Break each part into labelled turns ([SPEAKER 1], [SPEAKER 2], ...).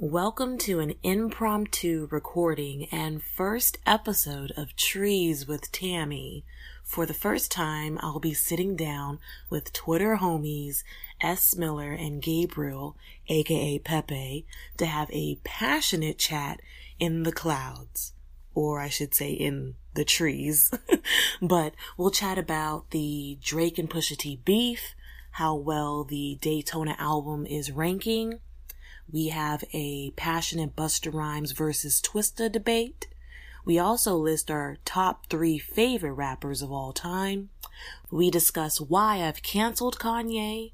[SPEAKER 1] Welcome to an impromptu recording and first episode of Trees with Tammy. For the first time, I'll be sitting down with Twitter homies S. Miller and Gabriel, aka Pepe, to have a passionate chat in the clouds. Or I should say in the trees. but we'll chat about the Drake and Pusha T beef, how well the Daytona album is ranking, we have a passionate Buster Rhymes versus Twista debate. We also list our top three favorite rappers of all time. We discuss why I've canceled Kanye,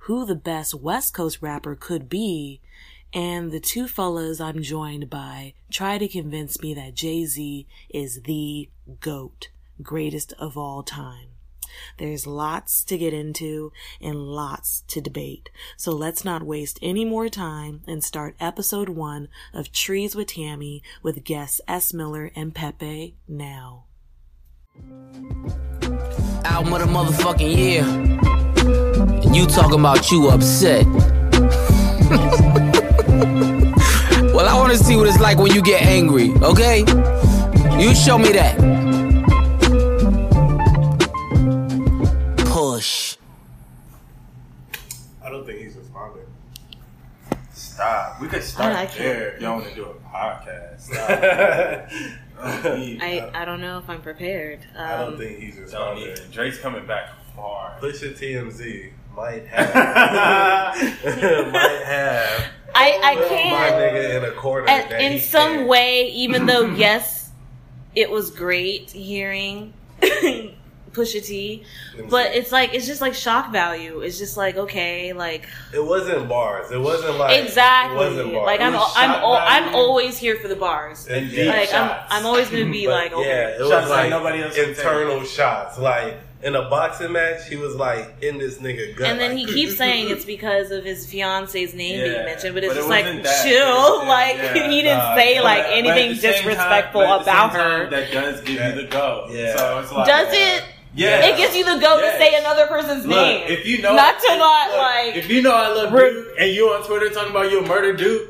[SPEAKER 1] who the best West Coast rapper could be, and the two fellas I'm joined by try to convince me that Jay Z is the GOAT, greatest of all time. There's lots to get into and lots to debate. So let's not waste any more time and start episode one of Trees with Tammy with guests S. Miller and Pepe now.
[SPEAKER 2] Album of the motherfucking year. And you talking about you upset. well, I want to see what it's like when you get angry, okay? You show me that. Push.
[SPEAKER 3] I don't think he's responding. Stop. We could start
[SPEAKER 4] I like
[SPEAKER 3] there if y'all want to do a podcast. Stop. He-
[SPEAKER 4] I, um, I don't know if I'm prepared. Um,
[SPEAKER 3] I don't think he's
[SPEAKER 5] Don't
[SPEAKER 3] responding.
[SPEAKER 5] even. Drake's coming back hard.
[SPEAKER 3] Pusha TMZ might have might have
[SPEAKER 4] I, I
[SPEAKER 3] my
[SPEAKER 4] can.
[SPEAKER 3] nigga in a corner.
[SPEAKER 4] And
[SPEAKER 3] that
[SPEAKER 4] in
[SPEAKER 3] he
[SPEAKER 4] some
[SPEAKER 3] can't.
[SPEAKER 4] way, even though, yes, it was great hearing Pusha T,
[SPEAKER 3] Let me
[SPEAKER 4] but
[SPEAKER 3] see.
[SPEAKER 4] it's like, it's just like shock value. It's just like, okay, like,
[SPEAKER 3] it wasn't bars. It wasn't like
[SPEAKER 4] exactly.
[SPEAKER 3] It wasn't bars.
[SPEAKER 4] Like, I'm,
[SPEAKER 3] It was
[SPEAKER 4] I'm,
[SPEAKER 3] shot
[SPEAKER 4] al- I'm
[SPEAKER 3] value.
[SPEAKER 4] always here for the bars.
[SPEAKER 3] And
[SPEAKER 5] Like,
[SPEAKER 3] deep
[SPEAKER 4] Like, I'm,
[SPEAKER 5] shots.
[SPEAKER 4] I'm always going to be
[SPEAKER 3] But
[SPEAKER 4] like, okay.
[SPEAKER 3] yeah, it was
[SPEAKER 5] Shots that
[SPEAKER 3] like
[SPEAKER 5] nobody else can take.
[SPEAKER 3] internal shots. Like in a boxing match, he was like in this nigga gut.
[SPEAKER 4] And then he
[SPEAKER 3] like,
[SPEAKER 4] keeps saying it's because of his fiance's name being
[SPEAKER 5] Yeah,
[SPEAKER 4] mentioned, but it's
[SPEAKER 5] but it
[SPEAKER 4] just like
[SPEAKER 5] wasn't
[SPEAKER 4] chill.
[SPEAKER 5] that. Yeah,
[SPEAKER 4] like
[SPEAKER 5] yeah,
[SPEAKER 4] he didn't
[SPEAKER 3] nah,
[SPEAKER 4] say like
[SPEAKER 5] But- but at
[SPEAKER 4] anything
[SPEAKER 5] the same time-
[SPEAKER 4] disrespectful
[SPEAKER 5] but at the same
[SPEAKER 4] about
[SPEAKER 5] time,
[SPEAKER 4] her.
[SPEAKER 5] That does give you the go.
[SPEAKER 3] Yeah.
[SPEAKER 5] So it's like,
[SPEAKER 4] Does it?
[SPEAKER 5] Yeah.
[SPEAKER 4] It gives you the go
[SPEAKER 5] Yes.
[SPEAKER 4] to say another person's name.
[SPEAKER 5] Look, if you know,
[SPEAKER 4] not to not
[SPEAKER 5] look,
[SPEAKER 4] like.
[SPEAKER 5] if you know I love
[SPEAKER 4] Re-
[SPEAKER 5] Duke and you on Twitter talking about you a murder Duke,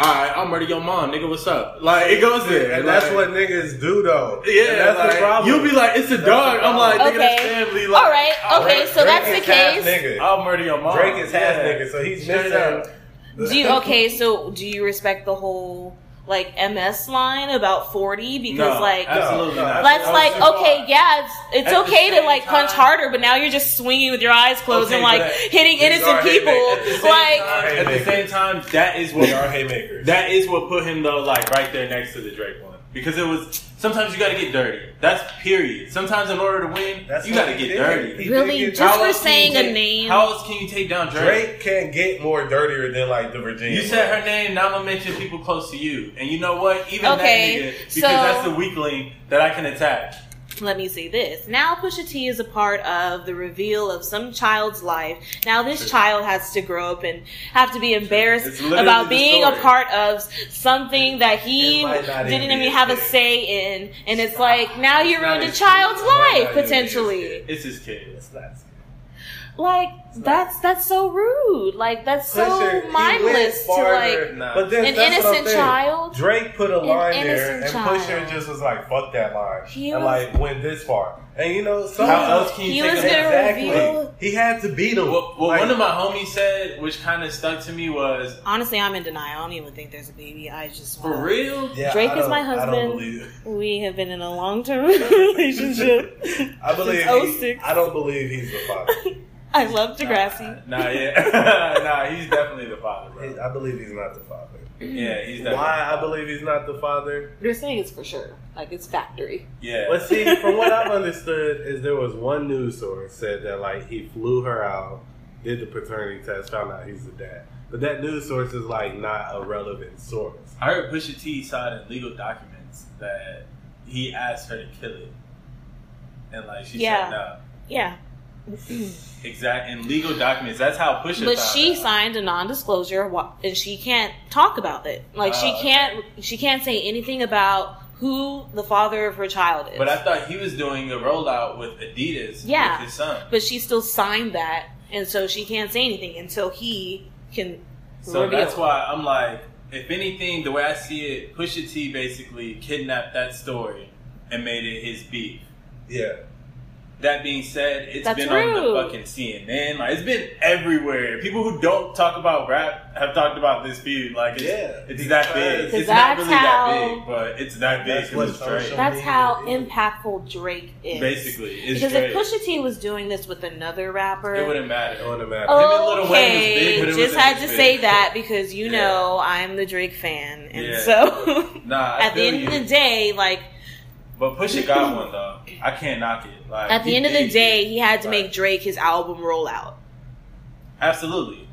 [SPEAKER 5] all right, I'll murder your mom, nigga. What's up? Like it goes there,
[SPEAKER 3] and that's
[SPEAKER 5] like-
[SPEAKER 3] what niggas do though.
[SPEAKER 5] Yeah,
[SPEAKER 3] And that's
[SPEAKER 5] like,
[SPEAKER 3] the problem.
[SPEAKER 5] You'll be like, it's a dog. I'm like, nigga, that's
[SPEAKER 4] Okay.
[SPEAKER 5] family. Like,
[SPEAKER 4] All right,
[SPEAKER 5] I'll
[SPEAKER 4] okay,
[SPEAKER 5] murder-
[SPEAKER 4] so
[SPEAKER 3] Drake
[SPEAKER 4] that's the
[SPEAKER 3] is half
[SPEAKER 4] case.
[SPEAKER 3] Nigga.
[SPEAKER 5] I'll murder your mom.
[SPEAKER 3] Drake is half
[SPEAKER 5] Oh, Yeah.
[SPEAKER 3] nigga, so he's
[SPEAKER 5] Straight
[SPEAKER 3] missing.
[SPEAKER 5] up.
[SPEAKER 4] do you, okay, so do you respect the whole like MS line about forty? Because
[SPEAKER 5] No,
[SPEAKER 4] like.
[SPEAKER 5] absolutely
[SPEAKER 3] No, no.
[SPEAKER 5] not.
[SPEAKER 4] That's
[SPEAKER 5] That was
[SPEAKER 4] like
[SPEAKER 5] too far.
[SPEAKER 4] okay, yeah, it's, it's
[SPEAKER 5] At the
[SPEAKER 4] okay to
[SPEAKER 5] same
[SPEAKER 4] like punch
[SPEAKER 5] time-
[SPEAKER 4] harder, but now you're just swinging with your eyes closed
[SPEAKER 5] Okay,
[SPEAKER 4] and like
[SPEAKER 5] but at-
[SPEAKER 4] hitting
[SPEAKER 3] these
[SPEAKER 4] innocent
[SPEAKER 3] are
[SPEAKER 4] people.
[SPEAKER 3] hate- at the same
[SPEAKER 4] Like,
[SPEAKER 5] At the same time, that is
[SPEAKER 3] They are
[SPEAKER 5] what
[SPEAKER 3] haymakers.
[SPEAKER 5] that is what put him though, like right there next to the Drake one, because it was sometimes you got to get dirty. That's period. Sometimes in order to win,
[SPEAKER 3] That's
[SPEAKER 5] you
[SPEAKER 3] what
[SPEAKER 5] got to
[SPEAKER 3] he
[SPEAKER 5] get
[SPEAKER 3] did.
[SPEAKER 5] dirty.
[SPEAKER 3] He did
[SPEAKER 4] Really?
[SPEAKER 3] get-
[SPEAKER 4] Just
[SPEAKER 5] How
[SPEAKER 4] for
[SPEAKER 5] else can you
[SPEAKER 4] saying a
[SPEAKER 5] take-
[SPEAKER 4] name?
[SPEAKER 5] How else can you take down Drake?
[SPEAKER 3] Drake can't get more dirtier than like the Virginia.
[SPEAKER 5] You said her name, now I'm gonna mention people close to you. And you know what? Even
[SPEAKER 4] Okay,
[SPEAKER 5] that nigga, because
[SPEAKER 4] so-
[SPEAKER 5] that's the weak link that I can attack.
[SPEAKER 4] Let me say this. Now Pusha T is a part of the reveal of some child's life. Now this child has to grow up and have bro. have to be
[SPEAKER 5] It's
[SPEAKER 4] embarrassed
[SPEAKER 5] literally
[SPEAKER 4] about
[SPEAKER 5] the
[SPEAKER 4] being
[SPEAKER 5] story.
[SPEAKER 4] a part of something that he
[SPEAKER 3] It might not
[SPEAKER 4] didn't
[SPEAKER 3] even
[SPEAKER 4] even
[SPEAKER 3] be
[SPEAKER 4] have a
[SPEAKER 3] his kid.
[SPEAKER 4] say in. And it's like now you
[SPEAKER 5] not
[SPEAKER 4] ruined a
[SPEAKER 5] his
[SPEAKER 4] child's
[SPEAKER 3] kid. It might not
[SPEAKER 4] life
[SPEAKER 3] even be his
[SPEAKER 4] potentially.
[SPEAKER 3] kid.
[SPEAKER 5] It's his kid.
[SPEAKER 3] It's not-
[SPEAKER 4] Like that's that's so rude. Like that's
[SPEAKER 3] Pusher,
[SPEAKER 4] so
[SPEAKER 3] he
[SPEAKER 4] mindless to
[SPEAKER 3] went farther.
[SPEAKER 4] like
[SPEAKER 5] Nah.
[SPEAKER 3] but then,
[SPEAKER 4] an
[SPEAKER 3] that's what I'm
[SPEAKER 4] innocent
[SPEAKER 3] saying.
[SPEAKER 4] child.
[SPEAKER 3] Drake put a line there,
[SPEAKER 4] innocent
[SPEAKER 3] and
[SPEAKER 4] child.
[SPEAKER 3] Pusher just was like, "Fuck that line,"
[SPEAKER 4] He
[SPEAKER 3] and
[SPEAKER 4] was-
[SPEAKER 3] like went this far. And you know, some
[SPEAKER 5] How else can you
[SPEAKER 4] He
[SPEAKER 5] take
[SPEAKER 4] was
[SPEAKER 5] him down?
[SPEAKER 4] gonna
[SPEAKER 3] exactly.
[SPEAKER 4] reveal.
[SPEAKER 3] He had to beat him.
[SPEAKER 5] What, what
[SPEAKER 3] Like,
[SPEAKER 5] one of my homies said, which kind of stuck to me, was
[SPEAKER 4] Honestly, I'm in denial. I don't even think there's a baby. I just
[SPEAKER 5] for
[SPEAKER 4] wanna-
[SPEAKER 5] real?
[SPEAKER 3] Yeah,
[SPEAKER 4] Drake
[SPEAKER 3] I
[SPEAKER 4] is
[SPEAKER 3] don't-
[SPEAKER 4] my
[SPEAKER 3] I don't
[SPEAKER 4] husband.
[SPEAKER 3] believe it.
[SPEAKER 4] We have been in a long term relationship.
[SPEAKER 3] I believe.
[SPEAKER 4] Since
[SPEAKER 3] he-
[SPEAKER 4] 06.
[SPEAKER 3] I don't believe he's the father.
[SPEAKER 4] I love Degrassi.
[SPEAKER 5] Nah, nah, yeah. nah, he's definitely the father,
[SPEAKER 3] He-
[SPEAKER 5] bro.
[SPEAKER 3] I believe he's not the father.
[SPEAKER 5] Yeah, he's definitely.
[SPEAKER 3] Why I believe he's not the father?
[SPEAKER 4] You're saying it's for sure. Like it's factory.
[SPEAKER 5] Yeah.
[SPEAKER 3] But see, from what I've understood, is there was one news source said that like he flew her out, did the paternity test, found out he's the dad. But that news source is like not a relevant source.
[SPEAKER 5] I heard Pusha T saw it in legal documents that he asked her to kill it. And like she
[SPEAKER 4] Yeah.
[SPEAKER 5] said no.
[SPEAKER 4] Yeah.
[SPEAKER 5] Exact in legal documents. That's how Pusha
[SPEAKER 4] But
[SPEAKER 5] found
[SPEAKER 4] she
[SPEAKER 5] out.
[SPEAKER 4] signed a non-disclosure wa- and she can't talk about it. Like she
[SPEAKER 5] Oh, okay.
[SPEAKER 4] can't she can't say anything about who the father of her child is.
[SPEAKER 5] But I thought he was doing a rollout with Adidas
[SPEAKER 4] Yeah.
[SPEAKER 5] with his son.
[SPEAKER 4] But she still signed that and so she can't say anything until he can
[SPEAKER 5] So
[SPEAKER 4] reveal.
[SPEAKER 5] that's why I'm like, if anything, the way I see it, Pusha T basically kidnapped that story and made it his beef.
[SPEAKER 3] Yeah.
[SPEAKER 5] That being said, it's
[SPEAKER 4] That's
[SPEAKER 5] been on
[SPEAKER 4] rude.
[SPEAKER 5] the fucking CNN. Like it's been everywhere. People who don't talk about rap have talked about this feud. Like it's,
[SPEAKER 3] Yeah,
[SPEAKER 5] it's that
[SPEAKER 3] because-
[SPEAKER 5] big. It's not
[SPEAKER 4] That's
[SPEAKER 5] really that
[SPEAKER 4] how-
[SPEAKER 5] big, but it's that big
[SPEAKER 3] That's
[SPEAKER 5] because it's
[SPEAKER 3] what social-
[SPEAKER 5] Drake.
[SPEAKER 4] That's how
[SPEAKER 3] Yeah.
[SPEAKER 4] impactful Drake is.
[SPEAKER 5] Basically, it's
[SPEAKER 4] because
[SPEAKER 5] Drake.
[SPEAKER 4] if Pusha T was doing this with another rapper,
[SPEAKER 5] it wouldn't matter.
[SPEAKER 3] It wouldn't matter.
[SPEAKER 5] Oh. and Lil Wayne was big,
[SPEAKER 4] Okay,
[SPEAKER 5] but it
[SPEAKER 4] just
[SPEAKER 5] wasn't
[SPEAKER 4] had
[SPEAKER 5] as
[SPEAKER 4] to
[SPEAKER 5] big.
[SPEAKER 4] say that because you
[SPEAKER 5] Yeah.
[SPEAKER 4] know I'm the Drake fan, and
[SPEAKER 5] Yeah.
[SPEAKER 4] so
[SPEAKER 5] Nah, I
[SPEAKER 4] at the
[SPEAKER 5] feel
[SPEAKER 4] end of
[SPEAKER 5] you.
[SPEAKER 4] the day, like
[SPEAKER 5] But Pusha got one though. I can't knock it. Like
[SPEAKER 4] at the
[SPEAKER 5] he
[SPEAKER 4] end of the
[SPEAKER 5] did
[SPEAKER 4] day,
[SPEAKER 5] it.
[SPEAKER 4] he had to
[SPEAKER 5] Like,
[SPEAKER 4] make Drake his album rollout.
[SPEAKER 5] absolutely. Absolutely.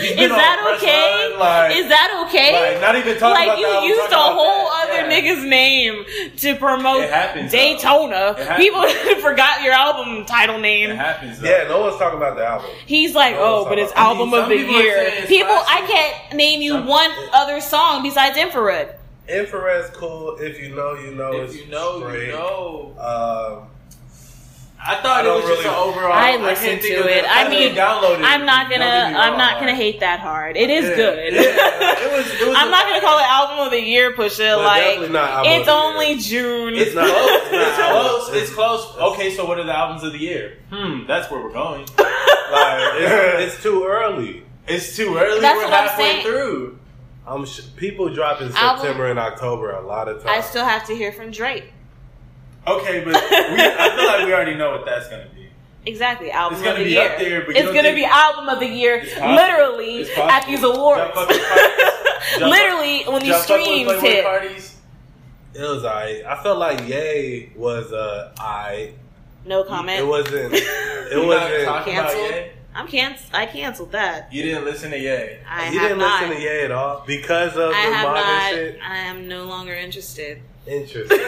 [SPEAKER 5] He's
[SPEAKER 4] Is
[SPEAKER 5] been on
[SPEAKER 4] that
[SPEAKER 5] Fresh
[SPEAKER 4] okay?
[SPEAKER 5] Run, like,
[SPEAKER 4] Is that okay?
[SPEAKER 5] like, not even talking
[SPEAKER 4] Like,
[SPEAKER 5] about
[SPEAKER 4] you
[SPEAKER 5] that, I'm
[SPEAKER 4] used a
[SPEAKER 5] talking about
[SPEAKER 4] whole
[SPEAKER 5] that.
[SPEAKER 4] other
[SPEAKER 5] Yeah.
[SPEAKER 4] nigga's name to promote
[SPEAKER 5] It happens, though.
[SPEAKER 4] Daytona.
[SPEAKER 5] It happens.
[SPEAKER 4] People forgot your album title
[SPEAKER 5] It
[SPEAKER 4] name.
[SPEAKER 5] happens. Though.
[SPEAKER 3] Yeah, no one's talking about the album.
[SPEAKER 4] He's like,
[SPEAKER 3] No,
[SPEAKER 4] oh, but it's
[SPEAKER 3] some-
[SPEAKER 4] album
[SPEAKER 5] some
[SPEAKER 4] of the
[SPEAKER 5] people are
[SPEAKER 4] year.
[SPEAKER 5] saying it's
[SPEAKER 4] People, I
[SPEAKER 5] classic.
[SPEAKER 4] can't name you
[SPEAKER 5] Some-
[SPEAKER 4] one other song besides Infrared.
[SPEAKER 3] Infrared's cool. If you know, you know. it's
[SPEAKER 5] If you know,
[SPEAKER 3] great.
[SPEAKER 5] you know.
[SPEAKER 3] Um,
[SPEAKER 5] I thought
[SPEAKER 3] I
[SPEAKER 5] it was
[SPEAKER 3] don't
[SPEAKER 5] just an
[SPEAKER 3] really-
[SPEAKER 5] overall.
[SPEAKER 4] I
[SPEAKER 5] can't
[SPEAKER 4] listened
[SPEAKER 5] think
[SPEAKER 4] to
[SPEAKER 5] of
[SPEAKER 4] it. I
[SPEAKER 5] haven't
[SPEAKER 4] mean,
[SPEAKER 5] downloaded it.
[SPEAKER 4] I'm not gonna,
[SPEAKER 5] Don't get me wrong,
[SPEAKER 4] I'm not gonna
[SPEAKER 5] like,
[SPEAKER 4] hate that hard. It is
[SPEAKER 5] yeah,
[SPEAKER 4] good.
[SPEAKER 5] Yeah, it was. It was
[SPEAKER 4] I'm not gonna call it album of the year, Pusha.
[SPEAKER 3] But
[SPEAKER 4] Like,
[SPEAKER 3] definitely not album
[SPEAKER 4] it's
[SPEAKER 3] of the
[SPEAKER 4] only
[SPEAKER 3] year.
[SPEAKER 4] June.
[SPEAKER 5] It's
[SPEAKER 3] not-
[SPEAKER 5] close.
[SPEAKER 3] It's
[SPEAKER 5] It's
[SPEAKER 3] not-
[SPEAKER 5] close. It's close. Okay, so what are the albums of the year? Hmm, that's where we're going.
[SPEAKER 3] like it's, it's too early.
[SPEAKER 5] It's too early.
[SPEAKER 4] That's
[SPEAKER 5] we're
[SPEAKER 4] what I'm
[SPEAKER 5] halfway
[SPEAKER 4] saying.
[SPEAKER 5] through.
[SPEAKER 3] I'm sh- people drop in
[SPEAKER 4] Album-
[SPEAKER 3] September and October a lot of
[SPEAKER 4] I
[SPEAKER 3] times.
[SPEAKER 4] still have to hear from Drake.
[SPEAKER 5] Okay, but we, I feel like we already know what that's gonna be.
[SPEAKER 4] Exactly, album
[SPEAKER 5] It's gonna
[SPEAKER 4] of the
[SPEAKER 5] be
[SPEAKER 4] year.
[SPEAKER 5] up there, but you
[SPEAKER 4] it's
[SPEAKER 5] don't
[SPEAKER 4] gonna
[SPEAKER 5] think-
[SPEAKER 4] be album of the year,
[SPEAKER 5] It's possible.
[SPEAKER 4] literally
[SPEAKER 5] It's
[SPEAKER 4] at
[SPEAKER 5] possible.
[SPEAKER 4] these awards.
[SPEAKER 5] Y'all fuck with parties. Y'all
[SPEAKER 4] literally, when
[SPEAKER 5] fuck-
[SPEAKER 4] these
[SPEAKER 5] y'all fuck with
[SPEAKER 4] streams
[SPEAKER 5] Playboy
[SPEAKER 4] hit.
[SPEAKER 5] parties.
[SPEAKER 3] it was alright. I felt like Ye was uh I.
[SPEAKER 4] No comment.
[SPEAKER 3] It wasn't. It
[SPEAKER 5] You not
[SPEAKER 3] wasn't.
[SPEAKER 5] talking about
[SPEAKER 4] Canceled.
[SPEAKER 5] Ye?
[SPEAKER 4] I'm canc- I canceled that.
[SPEAKER 5] You didn't listen to Ye.
[SPEAKER 4] I
[SPEAKER 3] you
[SPEAKER 4] have
[SPEAKER 3] didn't
[SPEAKER 4] not.
[SPEAKER 3] listen to Ye at all because of
[SPEAKER 4] I
[SPEAKER 3] the
[SPEAKER 4] have
[SPEAKER 3] modern
[SPEAKER 4] not.
[SPEAKER 3] shit.
[SPEAKER 4] I am no longer interested.
[SPEAKER 3] Interesting.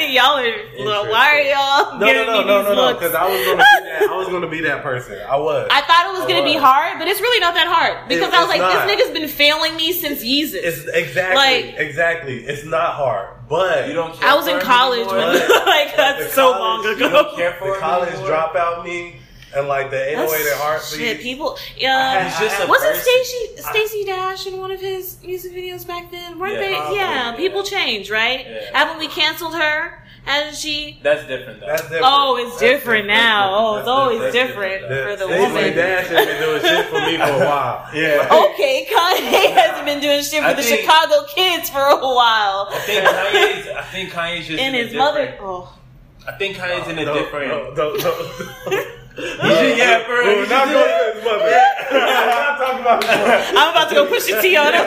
[SPEAKER 4] y'all are.
[SPEAKER 3] Interesting.
[SPEAKER 4] Why are y'all
[SPEAKER 3] No, no,
[SPEAKER 4] giving
[SPEAKER 3] no,
[SPEAKER 4] me
[SPEAKER 3] no,
[SPEAKER 4] these
[SPEAKER 3] no, no.
[SPEAKER 4] looks?
[SPEAKER 3] Because I was gonna be that. I was gonna be that person. I was.
[SPEAKER 4] I thought it was gonna be
[SPEAKER 3] was.
[SPEAKER 4] hard, but it's really not that hard because
[SPEAKER 3] It-
[SPEAKER 4] I was
[SPEAKER 3] it's
[SPEAKER 4] like,
[SPEAKER 3] not.
[SPEAKER 4] this nigga's been failing me since Yeezus.
[SPEAKER 3] it's exactly,
[SPEAKER 4] Like-
[SPEAKER 3] exactly. It's not hard, but
[SPEAKER 5] You don't. Care
[SPEAKER 4] I was
[SPEAKER 5] for
[SPEAKER 4] in
[SPEAKER 5] him
[SPEAKER 4] college
[SPEAKER 5] anymore?
[SPEAKER 4] when,
[SPEAKER 3] What?
[SPEAKER 4] like,
[SPEAKER 3] The
[SPEAKER 4] that's so
[SPEAKER 3] college-
[SPEAKER 4] long
[SPEAKER 3] you
[SPEAKER 4] ago.
[SPEAKER 5] don't care for
[SPEAKER 3] the
[SPEAKER 5] him
[SPEAKER 3] college
[SPEAKER 5] anymore?
[SPEAKER 3] dropout me and like the 808 and heartbeat.
[SPEAKER 4] Shit, people.
[SPEAKER 3] I-
[SPEAKER 4] Yeah,
[SPEAKER 5] He's just a
[SPEAKER 4] wasn't
[SPEAKER 5] person.
[SPEAKER 4] Stacy Stacy Dash in one of his music videos back then? Weren't
[SPEAKER 5] Yeah,
[SPEAKER 4] they?
[SPEAKER 5] probably,
[SPEAKER 4] yeah,
[SPEAKER 5] yeah.
[SPEAKER 4] people change, right?
[SPEAKER 5] Yeah.
[SPEAKER 4] Haven't we canceled her? And she.
[SPEAKER 5] That's different though.
[SPEAKER 3] That's different.
[SPEAKER 4] Oh, it's
[SPEAKER 3] That's
[SPEAKER 4] different now. Oh, it's
[SPEAKER 3] That's
[SPEAKER 4] always
[SPEAKER 5] that's
[SPEAKER 4] different,
[SPEAKER 3] different.
[SPEAKER 4] for the
[SPEAKER 3] That's-
[SPEAKER 4] woman.
[SPEAKER 3] Stacey Dash has been doing shit for me for a while.
[SPEAKER 5] Yeah.
[SPEAKER 4] Okay, Kanye hasn't been doing shit for
[SPEAKER 5] I
[SPEAKER 4] the
[SPEAKER 5] think-
[SPEAKER 4] Chicago kids for a while.
[SPEAKER 5] I think Kanye's. I think Kanye's just
[SPEAKER 4] and
[SPEAKER 5] in
[SPEAKER 4] his
[SPEAKER 5] a
[SPEAKER 4] mother.
[SPEAKER 5] different-
[SPEAKER 4] Oh,
[SPEAKER 5] I think Kanye's in a
[SPEAKER 3] No,
[SPEAKER 5] different.
[SPEAKER 3] No, no, no.
[SPEAKER 5] should- yeah, for real,
[SPEAKER 3] We're
[SPEAKER 5] you should
[SPEAKER 3] not
[SPEAKER 5] do
[SPEAKER 3] going
[SPEAKER 5] it.
[SPEAKER 3] to his mother. We're not talking about his mother.
[SPEAKER 4] I'm about to go push a T on him.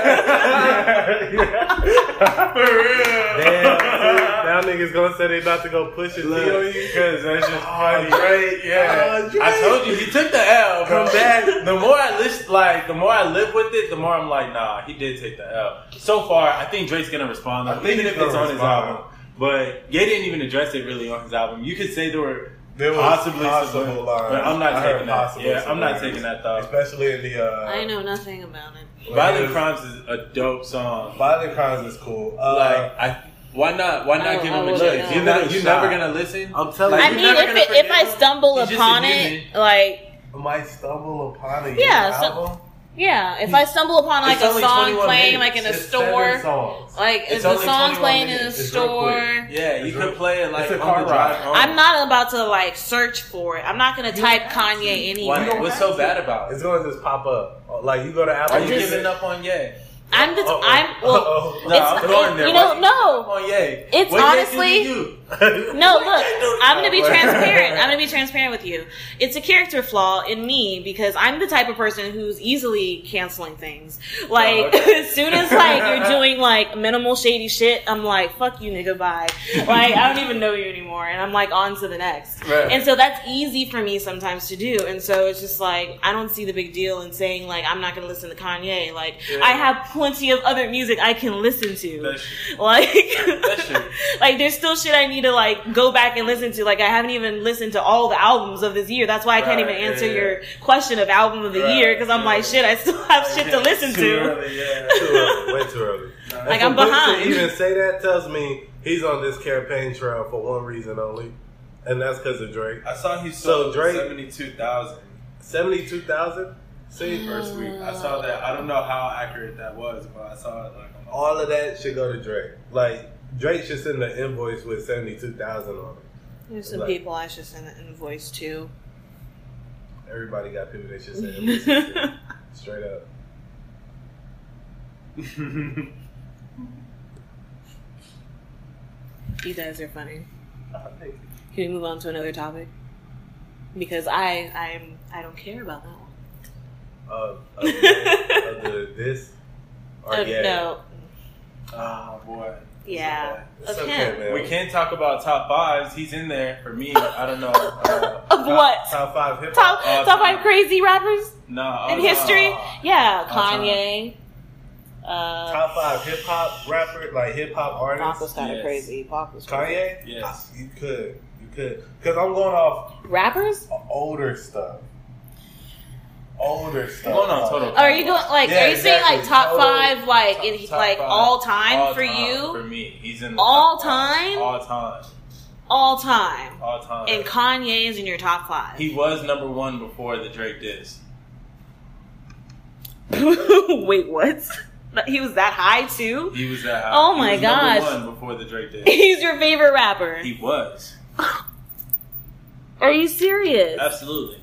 [SPEAKER 3] For real. Damn, now niggas gonna say they about to go push it Look, on you. Oh,
[SPEAKER 5] Because that's just funny. Oh,
[SPEAKER 3] Andre,
[SPEAKER 5] Yeah,
[SPEAKER 3] Andre.
[SPEAKER 5] I told you he took the L. Bro.
[SPEAKER 3] Come back.
[SPEAKER 5] The more I list, like the more I live with it, the more I'm like, nah, he did take the L. So far, I think Drake's gonna respond,
[SPEAKER 3] I
[SPEAKER 5] though,
[SPEAKER 3] think
[SPEAKER 5] even
[SPEAKER 3] he's
[SPEAKER 5] if it's
[SPEAKER 3] gonna
[SPEAKER 5] on his
[SPEAKER 3] respond.
[SPEAKER 5] album. But Ye didn't even address it really on his album. You could say there were
[SPEAKER 3] There was
[SPEAKER 5] possibly
[SPEAKER 3] possible
[SPEAKER 5] some,
[SPEAKER 3] lines.
[SPEAKER 5] but I'm
[SPEAKER 3] I
[SPEAKER 5] not
[SPEAKER 3] heard
[SPEAKER 5] taking that.
[SPEAKER 3] possible
[SPEAKER 5] Yeah, I'm not
[SPEAKER 3] scenarios.
[SPEAKER 5] taking that though.
[SPEAKER 3] Especially in the uh,
[SPEAKER 4] I know nothing about it.
[SPEAKER 5] Violent Crimes is a dope song.
[SPEAKER 3] Violent crimes is cool. Uh,
[SPEAKER 5] like I. Why not? Why
[SPEAKER 4] I
[SPEAKER 5] not
[SPEAKER 4] will-
[SPEAKER 5] give
[SPEAKER 4] I
[SPEAKER 5] him a
[SPEAKER 4] will
[SPEAKER 5] chance?
[SPEAKER 4] check
[SPEAKER 5] You're,
[SPEAKER 4] it
[SPEAKER 5] not,
[SPEAKER 3] out.
[SPEAKER 5] you're never gonna listen.
[SPEAKER 3] I'm telling
[SPEAKER 5] Like,
[SPEAKER 4] I
[SPEAKER 3] you.
[SPEAKER 5] you're
[SPEAKER 4] mean,
[SPEAKER 5] never
[SPEAKER 4] if
[SPEAKER 5] gonna
[SPEAKER 4] it, if
[SPEAKER 5] forgive
[SPEAKER 4] I
[SPEAKER 5] him.
[SPEAKER 4] stumble
[SPEAKER 5] He's just a
[SPEAKER 4] upon it,
[SPEAKER 5] human.
[SPEAKER 4] like
[SPEAKER 3] I might stumble upon a
[SPEAKER 4] Yeah, so-
[SPEAKER 3] album.
[SPEAKER 4] Yeah, if I stumble upon like
[SPEAKER 5] It's
[SPEAKER 4] a
[SPEAKER 5] only
[SPEAKER 4] song
[SPEAKER 5] 21
[SPEAKER 4] playing
[SPEAKER 5] minutes.
[SPEAKER 4] like in a
[SPEAKER 3] It's seven
[SPEAKER 4] store,
[SPEAKER 3] songs.
[SPEAKER 4] like if
[SPEAKER 5] It's
[SPEAKER 4] the
[SPEAKER 5] only
[SPEAKER 4] song's
[SPEAKER 5] 21
[SPEAKER 4] playing in a
[SPEAKER 5] minutes.
[SPEAKER 3] It's real
[SPEAKER 4] store,
[SPEAKER 5] Yeah, you
[SPEAKER 3] It's
[SPEAKER 5] could
[SPEAKER 3] real-
[SPEAKER 5] play it
[SPEAKER 3] it's
[SPEAKER 5] like
[SPEAKER 3] a
[SPEAKER 5] on
[SPEAKER 3] car
[SPEAKER 5] the
[SPEAKER 3] ride.
[SPEAKER 5] drive home.
[SPEAKER 4] I'm not about to like search for it. I'm not gonna type Kanye
[SPEAKER 5] Why,
[SPEAKER 4] anywhere.
[SPEAKER 5] what's so bad about it?
[SPEAKER 3] It's gonna just pop up. Like you go to Apple.
[SPEAKER 5] Are you
[SPEAKER 4] just-
[SPEAKER 5] giving up on Ye?
[SPEAKER 4] I'm just
[SPEAKER 3] Uh-oh.
[SPEAKER 4] I'm well.
[SPEAKER 3] Uh-oh.
[SPEAKER 5] No,
[SPEAKER 4] It's-
[SPEAKER 5] I'm going there.
[SPEAKER 4] you know,
[SPEAKER 5] Why you
[SPEAKER 4] no.
[SPEAKER 5] giving up on Ye? What
[SPEAKER 4] It's
[SPEAKER 5] Ye do to
[SPEAKER 4] honestly-
[SPEAKER 5] you?
[SPEAKER 4] No, look,
[SPEAKER 5] do
[SPEAKER 4] I'm gonna be
[SPEAKER 5] that.
[SPEAKER 4] transparent. I'm gonna be transparent with you. It's a character flaw in me because I'm the type of person who's easily canceling things. Like
[SPEAKER 5] Oh, okay.
[SPEAKER 4] as soon as like you're doing like minimal shady shit, I'm like, fuck you nigga, bye. Like I don't even know you anymore and I'm like on to the next.
[SPEAKER 5] Right.
[SPEAKER 4] And so that's easy for me sometimes to do. And so it's just like I don't see the big deal in saying like I'm not gonna listen to Kanye. Like
[SPEAKER 5] Yeah.
[SPEAKER 4] I have plenty of other music I can listen to.
[SPEAKER 5] That's true.
[SPEAKER 4] Like,
[SPEAKER 5] That's true.
[SPEAKER 4] like there's still shit I need to like go back and listen to. Like I haven't even listened to all the albums of this year. That's why I can't
[SPEAKER 5] Right,
[SPEAKER 4] even answer
[SPEAKER 5] yeah, yeah.
[SPEAKER 4] your question of album of the
[SPEAKER 5] Right,
[SPEAKER 4] year because I'm
[SPEAKER 5] yeah.
[SPEAKER 4] like shit. I still have shit to listen
[SPEAKER 5] Too
[SPEAKER 4] to.
[SPEAKER 5] early, yeah.
[SPEAKER 3] Too early. Way too early.
[SPEAKER 4] Like,
[SPEAKER 3] And for
[SPEAKER 4] I'm
[SPEAKER 3] Boosie
[SPEAKER 4] behind.
[SPEAKER 3] To even say that tells me he's on this campaign trail for one reason only, and that's because of Drake.
[SPEAKER 5] I saw he
[SPEAKER 3] So,
[SPEAKER 5] sold
[SPEAKER 3] Drake-
[SPEAKER 5] seventy two thousand.
[SPEAKER 3] Seventy-two thousand. See,
[SPEAKER 5] first week. I saw that. I don't know how accurate that was, but I saw it like on all.
[SPEAKER 3] all of that should go to Drake. Like Drake should send an invoice with seventy two thousand on it.
[SPEAKER 4] There's some
[SPEAKER 3] Look.
[SPEAKER 4] people I should send an invoice to.
[SPEAKER 3] Everybody got people that should send invoices to. straight up.
[SPEAKER 4] You guys are funny.
[SPEAKER 3] I think
[SPEAKER 4] Can we move on to another topic? Because I I'm I don't care about that one.
[SPEAKER 3] of, of, the, of the this or
[SPEAKER 4] Uh,
[SPEAKER 3] yeah.
[SPEAKER 4] No,
[SPEAKER 5] Oh boy.
[SPEAKER 4] yeah,
[SPEAKER 3] It's
[SPEAKER 4] of
[SPEAKER 3] okay,
[SPEAKER 4] him.
[SPEAKER 3] man.
[SPEAKER 5] We can't talk about top fives. He's in there for me. I don't know. Uh,
[SPEAKER 4] Of what?
[SPEAKER 3] Top five hip hop.
[SPEAKER 4] Top
[SPEAKER 5] Uh,
[SPEAKER 4] top five crazy rappers
[SPEAKER 5] Nah.
[SPEAKER 4] in
[SPEAKER 5] oh,
[SPEAKER 4] history.
[SPEAKER 5] nah.
[SPEAKER 4] Yeah,
[SPEAKER 5] time.
[SPEAKER 4] Kanye. Uh,
[SPEAKER 3] Top five hip hop rapper, like hip hop
[SPEAKER 4] Pac was
[SPEAKER 3] artist.
[SPEAKER 4] kind of
[SPEAKER 5] yes.
[SPEAKER 4] crazy. Pac was crazy.
[SPEAKER 3] Kanye. Ah,
[SPEAKER 5] Yes.
[SPEAKER 3] you could, you could, because I'm going off
[SPEAKER 4] Rappers?
[SPEAKER 3] older stuff. Older stuff.
[SPEAKER 5] I'm going on total.
[SPEAKER 4] Are you going like?
[SPEAKER 3] Yeah,
[SPEAKER 4] are you saying like
[SPEAKER 3] exactly.
[SPEAKER 4] top
[SPEAKER 3] Total-
[SPEAKER 4] five like
[SPEAKER 5] top-
[SPEAKER 4] in,
[SPEAKER 5] top
[SPEAKER 4] like
[SPEAKER 5] five.
[SPEAKER 4] all time
[SPEAKER 5] All
[SPEAKER 4] for you?
[SPEAKER 5] For me, he's in the
[SPEAKER 4] All
[SPEAKER 5] top five.
[SPEAKER 4] time?
[SPEAKER 5] All time.
[SPEAKER 4] all time.
[SPEAKER 5] All time.
[SPEAKER 4] And Kanye is in your top five.
[SPEAKER 5] he was number one before the Drake diss.
[SPEAKER 4] Wait, what? He was that high too?
[SPEAKER 5] He was that. High.
[SPEAKER 4] Oh my
[SPEAKER 5] he was number
[SPEAKER 4] gosh.
[SPEAKER 5] One before the Drake diss.
[SPEAKER 4] He's your favorite rapper.
[SPEAKER 5] he was.
[SPEAKER 4] Are you serious?
[SPEAKER 5] Absolutely.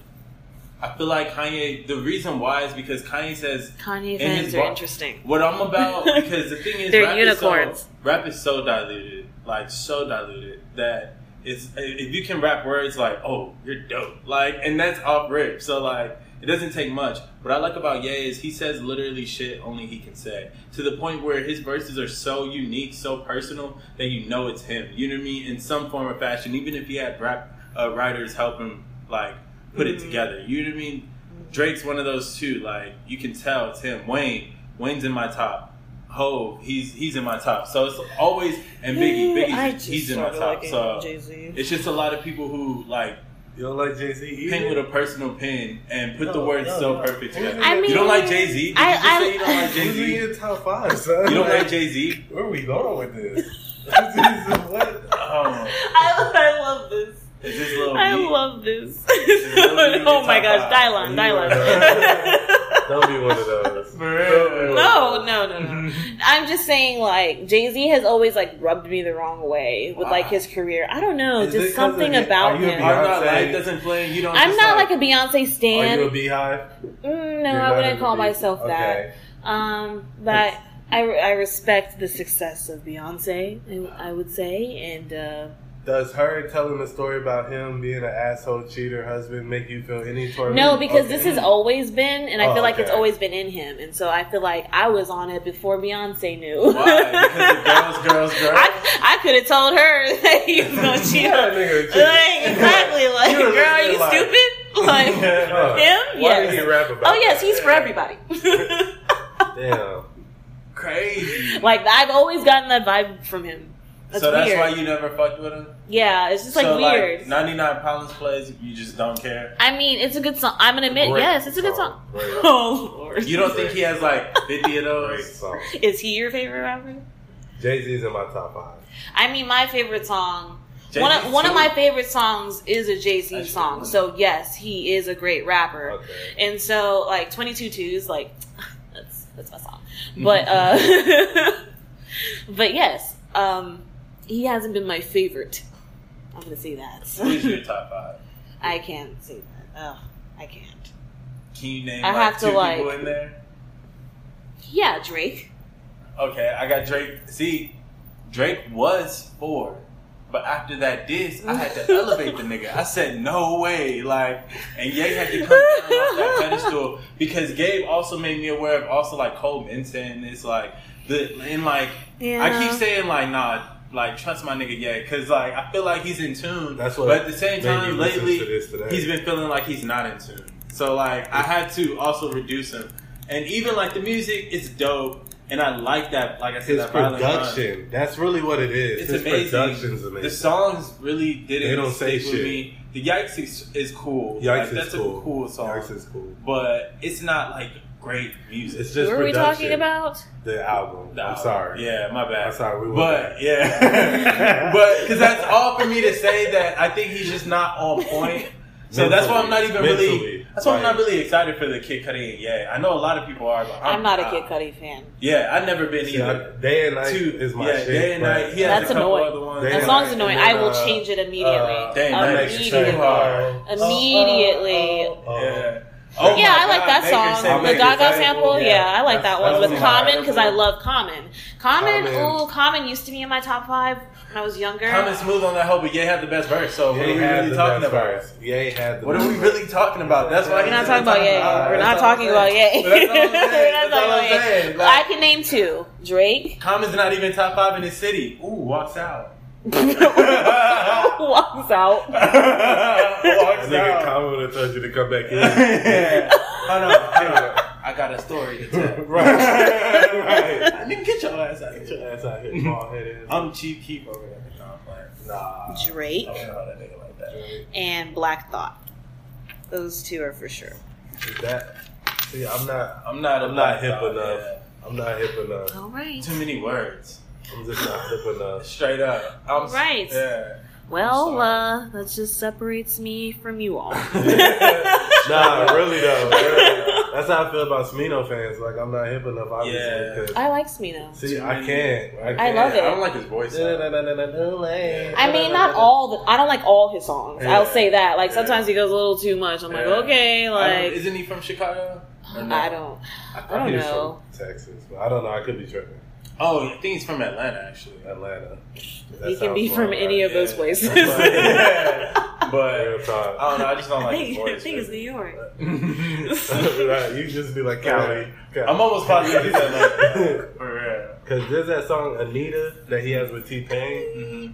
[SPEAKER 5] I feel like Kanye. The reason why is because Kanye says
[SPEAKER 4] Kanye
[SPEAKER 5] And
[SPEAKER 4] fans
[SPEAKER 5] his
[SPEAKER 4] are
[SPEAKER 5] bar-
[SPEAKER 4] interesting.
[SPEAKER 5] what I'm about. Because the thing is,
[SPEAKER 4] They're
[SPEAKER 5] rap is so-
[SPEAKER 4] unicorns.
[SPEAKER 5] rap is so diluted, like so diluted that it's if you can rap words like "oh, you're dope," like, and that's off rip. So like, it doesn't take much. What I like about Ye is he says literally shit only he can say. To the point where his verses are so unique, so personal that you know it's him. You know what I mean? In some form or fashion, even if he had rap uh, writers help him like put
[SPEAKER 4] Mm-hmm.
[SPEAKER 5] it together. You know what I mean? Drake's one of those too. Like you can tell it's him. Wayne, Wayne's in my top. Ho, he's he's in my top. So it's always and Biggie, Biggie's he's in my top. So
[SPEAKER 4] Z.
[SPEAKER 5] it's just a lot of people who like
[SPEAKER 3] You don't like Jay Z
[SPEAKER 5] paint with a personal pen and put the
[SPEAKER 3] No,
[SPEAKER 5] words
[SPEAKER 3] no,
[SPEAKER 5] so
[SPEAKER 3] no.
[SPEAKER 5] perfect together.
[SPEAKER 4] I mean,
[SPEAKER 5] you don't like Jay Z?
[SPEAKER 4] I- I-
[SPEAKER 5] you don't like Jay
[SPEAKER 3] Jay Z
[SPEAKER 5] Z?
[SPEAKER 3] in top five, son.
[SPEAKER 5] You don't like Jay Z?
[SPEAKER 3] Where are we going with this? this is what?
[SPEAKER 5] Oh,
[SPEAKER 4] I, I love this.
[SPEAKER 5] is this little?
[SPEAKER 4] I
[SPEAKER 5] B?
[SPEAKER 4] love this.
[SPEAKER 5] Lil Uzi
[SPEAKER 4] oh my
[SPEAKER 5] top
[SPEAKER 4] gosh,
[SPEAKER 5] five.
[SPEAKER 4] Dylon,
[SPEAKER 3] Yeah.
[SPEAKER 4] Dylon.
[SPEAKER 3] Don't be one of those.
[SPEAKER 5] For real.
[SPEAKER 4] No, no, no, no. I'm just saying, like Jay Z has always like rubbed me the wrong way with like
[SPEAKER 5] Wow.
[SPEAKER 4] his career. I don't know,
[SPEAKER 3] Is it 'cause
[SPEAKER 4] just
[SPEAKER 3] of
[SPEAKER 4] something
[SPEAKER 3] him?
[SPEAKER 4] about
[SPEAKER 3] Are you a
[SPEAKER 4] him.
[SPEAKER 5] I'm not
[SPEAKER 3] Beyonce.
[SPEAKER 5] like doesn't play. You don't.
[SPEAKER 4] I'm
[SPEAKER 5] just
[SPEAKER 4] not like a Beyonce
[SPEAKER 3] Are
[SPEAKER 4] stan.
[SPEAKER 3] you a beehive?
[SPEAKER 4] Mm, no,
[SPEAKER 3] You're
[SPEAKER 4] I
[SPEAKER 3] not
[SPEAKER 4] wouldn't
[SPEAKER 3] a
[SPEAKER 4] call
[SPEAKER 3] beehive.
[SPEAKER 4] myself that.
[SPEAKER 3] Okay.
[SPEAKER 4] Um, but I, I respect the success of Beyonce. I, I would say, and uh,
[SPEAKER 3] Does her telling the story about him being an asshole, cheater, husband make you feel any torment?
[SPEAKER 4] no, because
[SPEAKER 3] Okay.
[SPEAKER 4] this has always been, and I
[SPEAKER 3] Oh,
[SPEAKER 4] feel like it's
[SPEAKER 3] okay.
[SPEAKER 4] always been in him, and so I feel like I was on it before Beyonce knew.
[SPEAKER 5] Why? Because of girls, girls, girls.
[SPEAKER 4] I, I could have told her that he was gonna cheat.
[SPEAKER 3] Yeah,
[SPEAKER 4] on her.
[SPEAKER 3] nigga, cheat.
[SPEAKER 4] Like exactly, like
[SPEAKER 3] You were
[SPEAKER 4] girl, you
[SPEAKER 3] like-
[SPEAKER 4] stupid. Like
[SPEAKER 3] Huh.
[SPEAKER 4] him,
[SPEAKER 3] Why did he
[SPEAKER 4] yes.
[SPEAKER 3] rap about
[SPEAKER 4] Oh yes,
[SPEAKER 3] that?
[SPEAKER 4] he's for everybody.
[SPEAKER 3] Damn.
[SPEAKER 5] Crazy.
[SPEAKER 4] like I've always gotten that vibe from him. That's
[SPEAKER 5] so that's
[SPEAKER 4] weird.
[SPEAKER 5] why you never fucked with him.
[SPEAKER 4] yeah, it's just like
[SPEAKER 5] so
[SPEAKER 4] weird.
[SPEAKER 5] like 99 pounds plays, you just don't care.
[SPEAKER 4] I mean, it's a good song. I'm gonna admit,
[SPEAKER 3] Great
[SPEAKER 4] yes, it's a good song.
[SPEAKER 3] Great song.
[SPEAKER 4] Oh lord,
[SPEAKER 5] You don't think he has like 50
[SPEAKER 3] Great
[SPEAKER 5] of those?
[SPEAKER 3] song.
[SPEAKER 4] is he your favorite rapper?
[SPEAKER 3] Jay Z's in my top five.
[SPEAKER 4] I mean, my favorite song.
[SPEAKER 5] Jay-Z
[SPEAKER 4] one of, one of
[SPEAKER 5] too.
[SPEAKER 4] my favorite songs is a Jay Z
[SPEAKER 5] That's
[SPEAKER 4] song.
[SPEAKER 5] true.
[SPEAKER 4] So yes, he is a great rapper.
[SPEAKER 3] Okay.
[SPEAKER 4] And so like 22 twos like that's that's my song. But uh but yes, um he hasn't been my favorite. I'm going to say
[SPEAKER 5] Who's
[SPEAKER 4] that.
[SPEAKER 5] your top five?
[SPEAKER 4] I can't say that. Oh, I can't.
[SPEAKER 5] Can you name
[SPEAKER 4] I
[SPEAKER 5] like,
[SPEAKER 4] have to,
[SPEAKER 5] two
[SPEAKER 4] like-
[SPEAKER 5] people in there?
[SPEAKER 4] Yeah, Drake.
[SPEAKER 5] Okay, I got Drake. See, Drake was four. But after that diss, I had to elevate the nigga. I said, no way. Like, and Ye had to come down off that pedestal because Gabe also made me aware of also like Cole Benson. and It's like, the, and like, I keep saying like, nah, like trust my nigga, yeah, because like I feel like he's in tune.
[SPEAKER 3] That's what
[SPEAKER 5] But at the same
[SPEAKER 3] made me
[SPEAKER 5] time,
[SPEAKER 3] listen
[SPEAKER 5] lately
[SPEAKER 3] to this today.
[SPEAKER 5] he's been feeling like he's not in tune. So like I had to also reduce him, and even like the music is dope, and I like that. Like I said,
[SPEAKER 3] His
[SPEAKER 5] that violent vibe.
[SPEAKER 3] production. That's really what it is.
[SPEAKER 5] It's
[SPEAKER 3] His
[SPEAKER 5] amazing.
[SPEAKER 3] production's amazing.
[SPEAKER 5] The songs really didn't.
[SPEAKER 3] They don't say
[SPEAKER 5] stick
[SPEAKER 3] shit.
[SPEAKER 5] With me. The yikes is, is cool.
[SPEAKER 3] Yikes
[SPEAKER 5] Like,
[SPEAKER 3] is
[SPEAKER 5] that's
[SPEAKER 3] cool.
[SPEAKER 5] a cool song,
[SPEAKER 3] Yikes is cool.
[SPEAKER 5] but it's not like great music.
[SPEAKER 3] It's
[SPEAKER 4] What
[SPEAKER 3] just
[SPEAKER 4] were we
[SPEAKER 3] production.
[SPEAKER 4] talking about?
[SPEAKER 3] The album.
[SPEAKER 5] No.
[SPEAKER 3] I'm sorry.
[SPEAKER 5] Yeah, my bad.
[SPEAKER 3] I'm sorry, we went
[SPEAKER 5] But
[SPEAKER 3] back.
[SPEAKER 5] yeah, but because that's all for me to say that I think he's just not on point. So that's why I'm not even
[SPEAKER 3] Mentally.
[SPEAKER 5] really. That's why I'm not
[SPEAKER 3] Right.
[SPEAKER 5] really excited for the Kid Cudi and Ye. I know a lot of people are, but I'm,
[SPEAKER 4] I'm not a
[SPEAKER 5] not.
[SPEAKER 4] Kid Cudi fan.
[SPEAKER 5] Yeah, I've never been
[SPEAKER 3] See, I-
[SPEAKER 5] either.
[SPEAKER 3] day and night
[SPEAKER 5] Two
[SPEAKER 3] is my
[SPEAKER 5] yeah,
[SPEAKER 3] shit.
[SPEAKER 5] Day and
[SPEAKER 3] but-
[SPEAKER 5] night. He has
[SPEAKER 4] That's
[SPEAKER 5] a couple
[SPEAKER 4] annoying.
[SPEAKER 5] other ones.
[SPEAKER 3] Day
[SPEAKER 4] That
[SPEAKER 3] and
[SPEAKER 4] song's
[SPEAKER 3] night,
[SPEAKER 4] annoying.
[SPEAKER 3] and
[SPEAKER 4] I
[SPEAKER 3] then,
[SPEAKER 4] will
[SPEAKER 3] uh,
[SPEAKER 4] change it
[SPEAKER 3] uh,
[SPEAKER 4] immediately.
[SPEAKER 5] Day and
[SPEAKER 3] Night
[SPEAKER 5] Night
[SPEAKER 3] is
[SPEAKER 5] is
[SPEAKER 3] too
[SPEAKER 5] too
[SPEAKER 4] immediately.
[SPEAKER 5] hard.
[SPEAKER 3] hard.
[SPEAKER 4] Immediately.
[SPEAKER 3] Oh.
[SPEAKER 5] Yeah.
[SPEAKER 3] Oh
[SPEAKER 4] yeah,
[SPEAKER 5] my
[SPEAKER 4] I like
[SPEAKER 5] God,
[SPEAKER 4] that
[SPEAKER 5] Baker said
[SPEAKER 4] song. The
[SPEAKER 5] Baker
[SPEAKER 4] Gaga
[SPEAKER 5] said-
[SPEAKER 4] sample, yeah, I like that
[SPEAKER 5] that's-
[SPEAKER 4] one.
[SPEAKER 5] that's
[SPEAKER 4] With
[SPEAKER 5] my
[SPEAKER 4] Common, because I
[SPEAKER 5] favorite.
[SPEAKER 4] love Common. Common,
[SPEAKER 3] Common.
[SPEAKER 4] ooh, Common used to be in my top five when I was younger.
[SPEAKER 5] Common smooth on that whole, but Ye had the best verse. So what are
[SPEAKER 3] Ye
[SPEAKER 5] we
[SPEAKER 3] had
[SPEAKER 5] really
[SPEAKER 3] the
[SPEAKER 5] talking
[SPEAKER 3] best
[SPEAKER 5] about?
[SPEAKER 3] verse. Ye had the
[SPEAKER 5] What
[SPEAKER 3] best
[SPEAKER 5] are we
[SPEAKER 3] verse.
[SPEAKER 5] really talking about? That's why
[SPEAKER 3] We're
[SPEAKER 5] he
[SPEAKER 4] We're not
[SPEAKER 5] said
[SPEAKER 4] talking about Ye.
[SPEAKER 5] about-
[SPEAKER 4] We're not
[SPEAKER 5] That's all I'm
[SPEAKER 4] talking about Ye.
[SPEAKER 5] saying.
[SPEAKER 4] We're
[SPEAKER 5] That's all I'm saying.
[SPEAKER 4] not
[SPEAKER 5] That's all I'm
[SPEAKER 4] talking about Ye.
[SPEAKER 5] saying. Like,
[SPEAKER 4] I can name two: Drake,
[SPEAKER 5] Common's not even top five in his city. Ooh, walks out.
[SPEAKER 4] Walks Out,
[SPEAKER 3] That
[SPEAKER 5] walks
[SPEAKER 3] nigga
[SPEAKER 5] out.
[SPEAKER 3] Common would have told you to come back in.
[SPEAKER 5] Yeah. Hold on, hold on. I got a story to tell.
[SPEAKER 3] right. right.
[SPEAKER 5] Nigga, get your ass out of
[SPEAKER 3] Your
[SPEAKER 5] here.
[SPEAKER 3] ass out here, bald headed.
[SPEAKER 5] I'm chief keep over there. No, I'm playing. Nah.
[SPEAKER 4] Drake,
[SPEAKER 5] I don't know that nigga like that.
[SPEAKER 4] and Black Thought. Those two are for sure.
[SPEAKER 3] Is that. See, I'm not.
[SPEAKER 5] I'm not.
[SPEAKER 3] I'm not hip
[SPEAKER 5] about
[SPEAKER 3] enough.
[SPEAKER 5] that.
[SPEAKER 3] I'm not hip enough.
[SPEAKER 4] All right.
[SPEAKER 5] Too many words.
[SPEAKER 3] I'm just not hip enough.
[SPEAKER 5] Straight up. I'm s-
[SPEAKER 4] Right.
[SPEAKER 5] Yeah.
[SPEAKER 4] Well, uh,
[SPEAKER 5] sorry.
[SPEAKER 4] that just separates me from you all.
[SPEAKER 3] Nah, really though. really. That's how I feel about Smino fans. Like I'm not hip enough, obviously.
[SPEAKER 5] Yeah.
[SPEAKER 3] because-
[SPEAKER 4] I like Smino.
[SPEAKER 3] see, I can't. I, can't.
[SPEAKER 4] I love
[SPEAKER 5] Yeah,
[SPEAKER 4] it.
[SPEAKER 5] I don't like his voice. though.
[SPEAKER 4] I mean, not all the. I don't like all his songs. I'll
[SPEAKER 3] Yeah.
[SPEAKER 4] say that. Like
[SPEAKER 5] Yeah.
[SPEAKER 4] sometimes he goes a little too much. I'm like,
[SPEAKER 5] Yeah.
[SPEAKER 4] okay,
[SPEAKER 5] I don't-
[SPEAKER 4] like
[SPEAKER 5] isn't he from Chicago? Or no?
[SPEAKER 4] I don't. I
[SPEAKER 3] I
[SPEAKER 4] don't
[SPEAKER 3] think he's
[SPEAKER 4] know.
[SPEAKER 3] from Texas, but I don't know. I could be tripping.
[SPEAKER 5] Oh, I think he's from Atlanta, actually.
[SPEAKER 3] Atlanta. That
[SPEAKER 4] He can
[SPEAKER 3] sounds
[SPEAKER 4] be
[SPEAKER 3] wrong,
[SPEAKER 4] from
[SPEAKER 3] right?
[SPEAKER 4] any of those
[SPEAKER 5] Yeah.
[SPEAKER 4] places.
[SPEAKER 5] But, yeah.
[SPEAKER 3] Real
[SPEAKER 5] but I
[SPEAKER 3] talk.
[SPEAKER 5] don't know. I just don't like his voice.
[SPEAKER 4] York.
[SPEAKER 5] York.
[SPEAKER 3] right, you just be like Cali.
[SPEAKER 5] I'm almost positive he's Atlanta. For real.
[SPEAKER 3] Because there's that song Anita that he has with T Pain.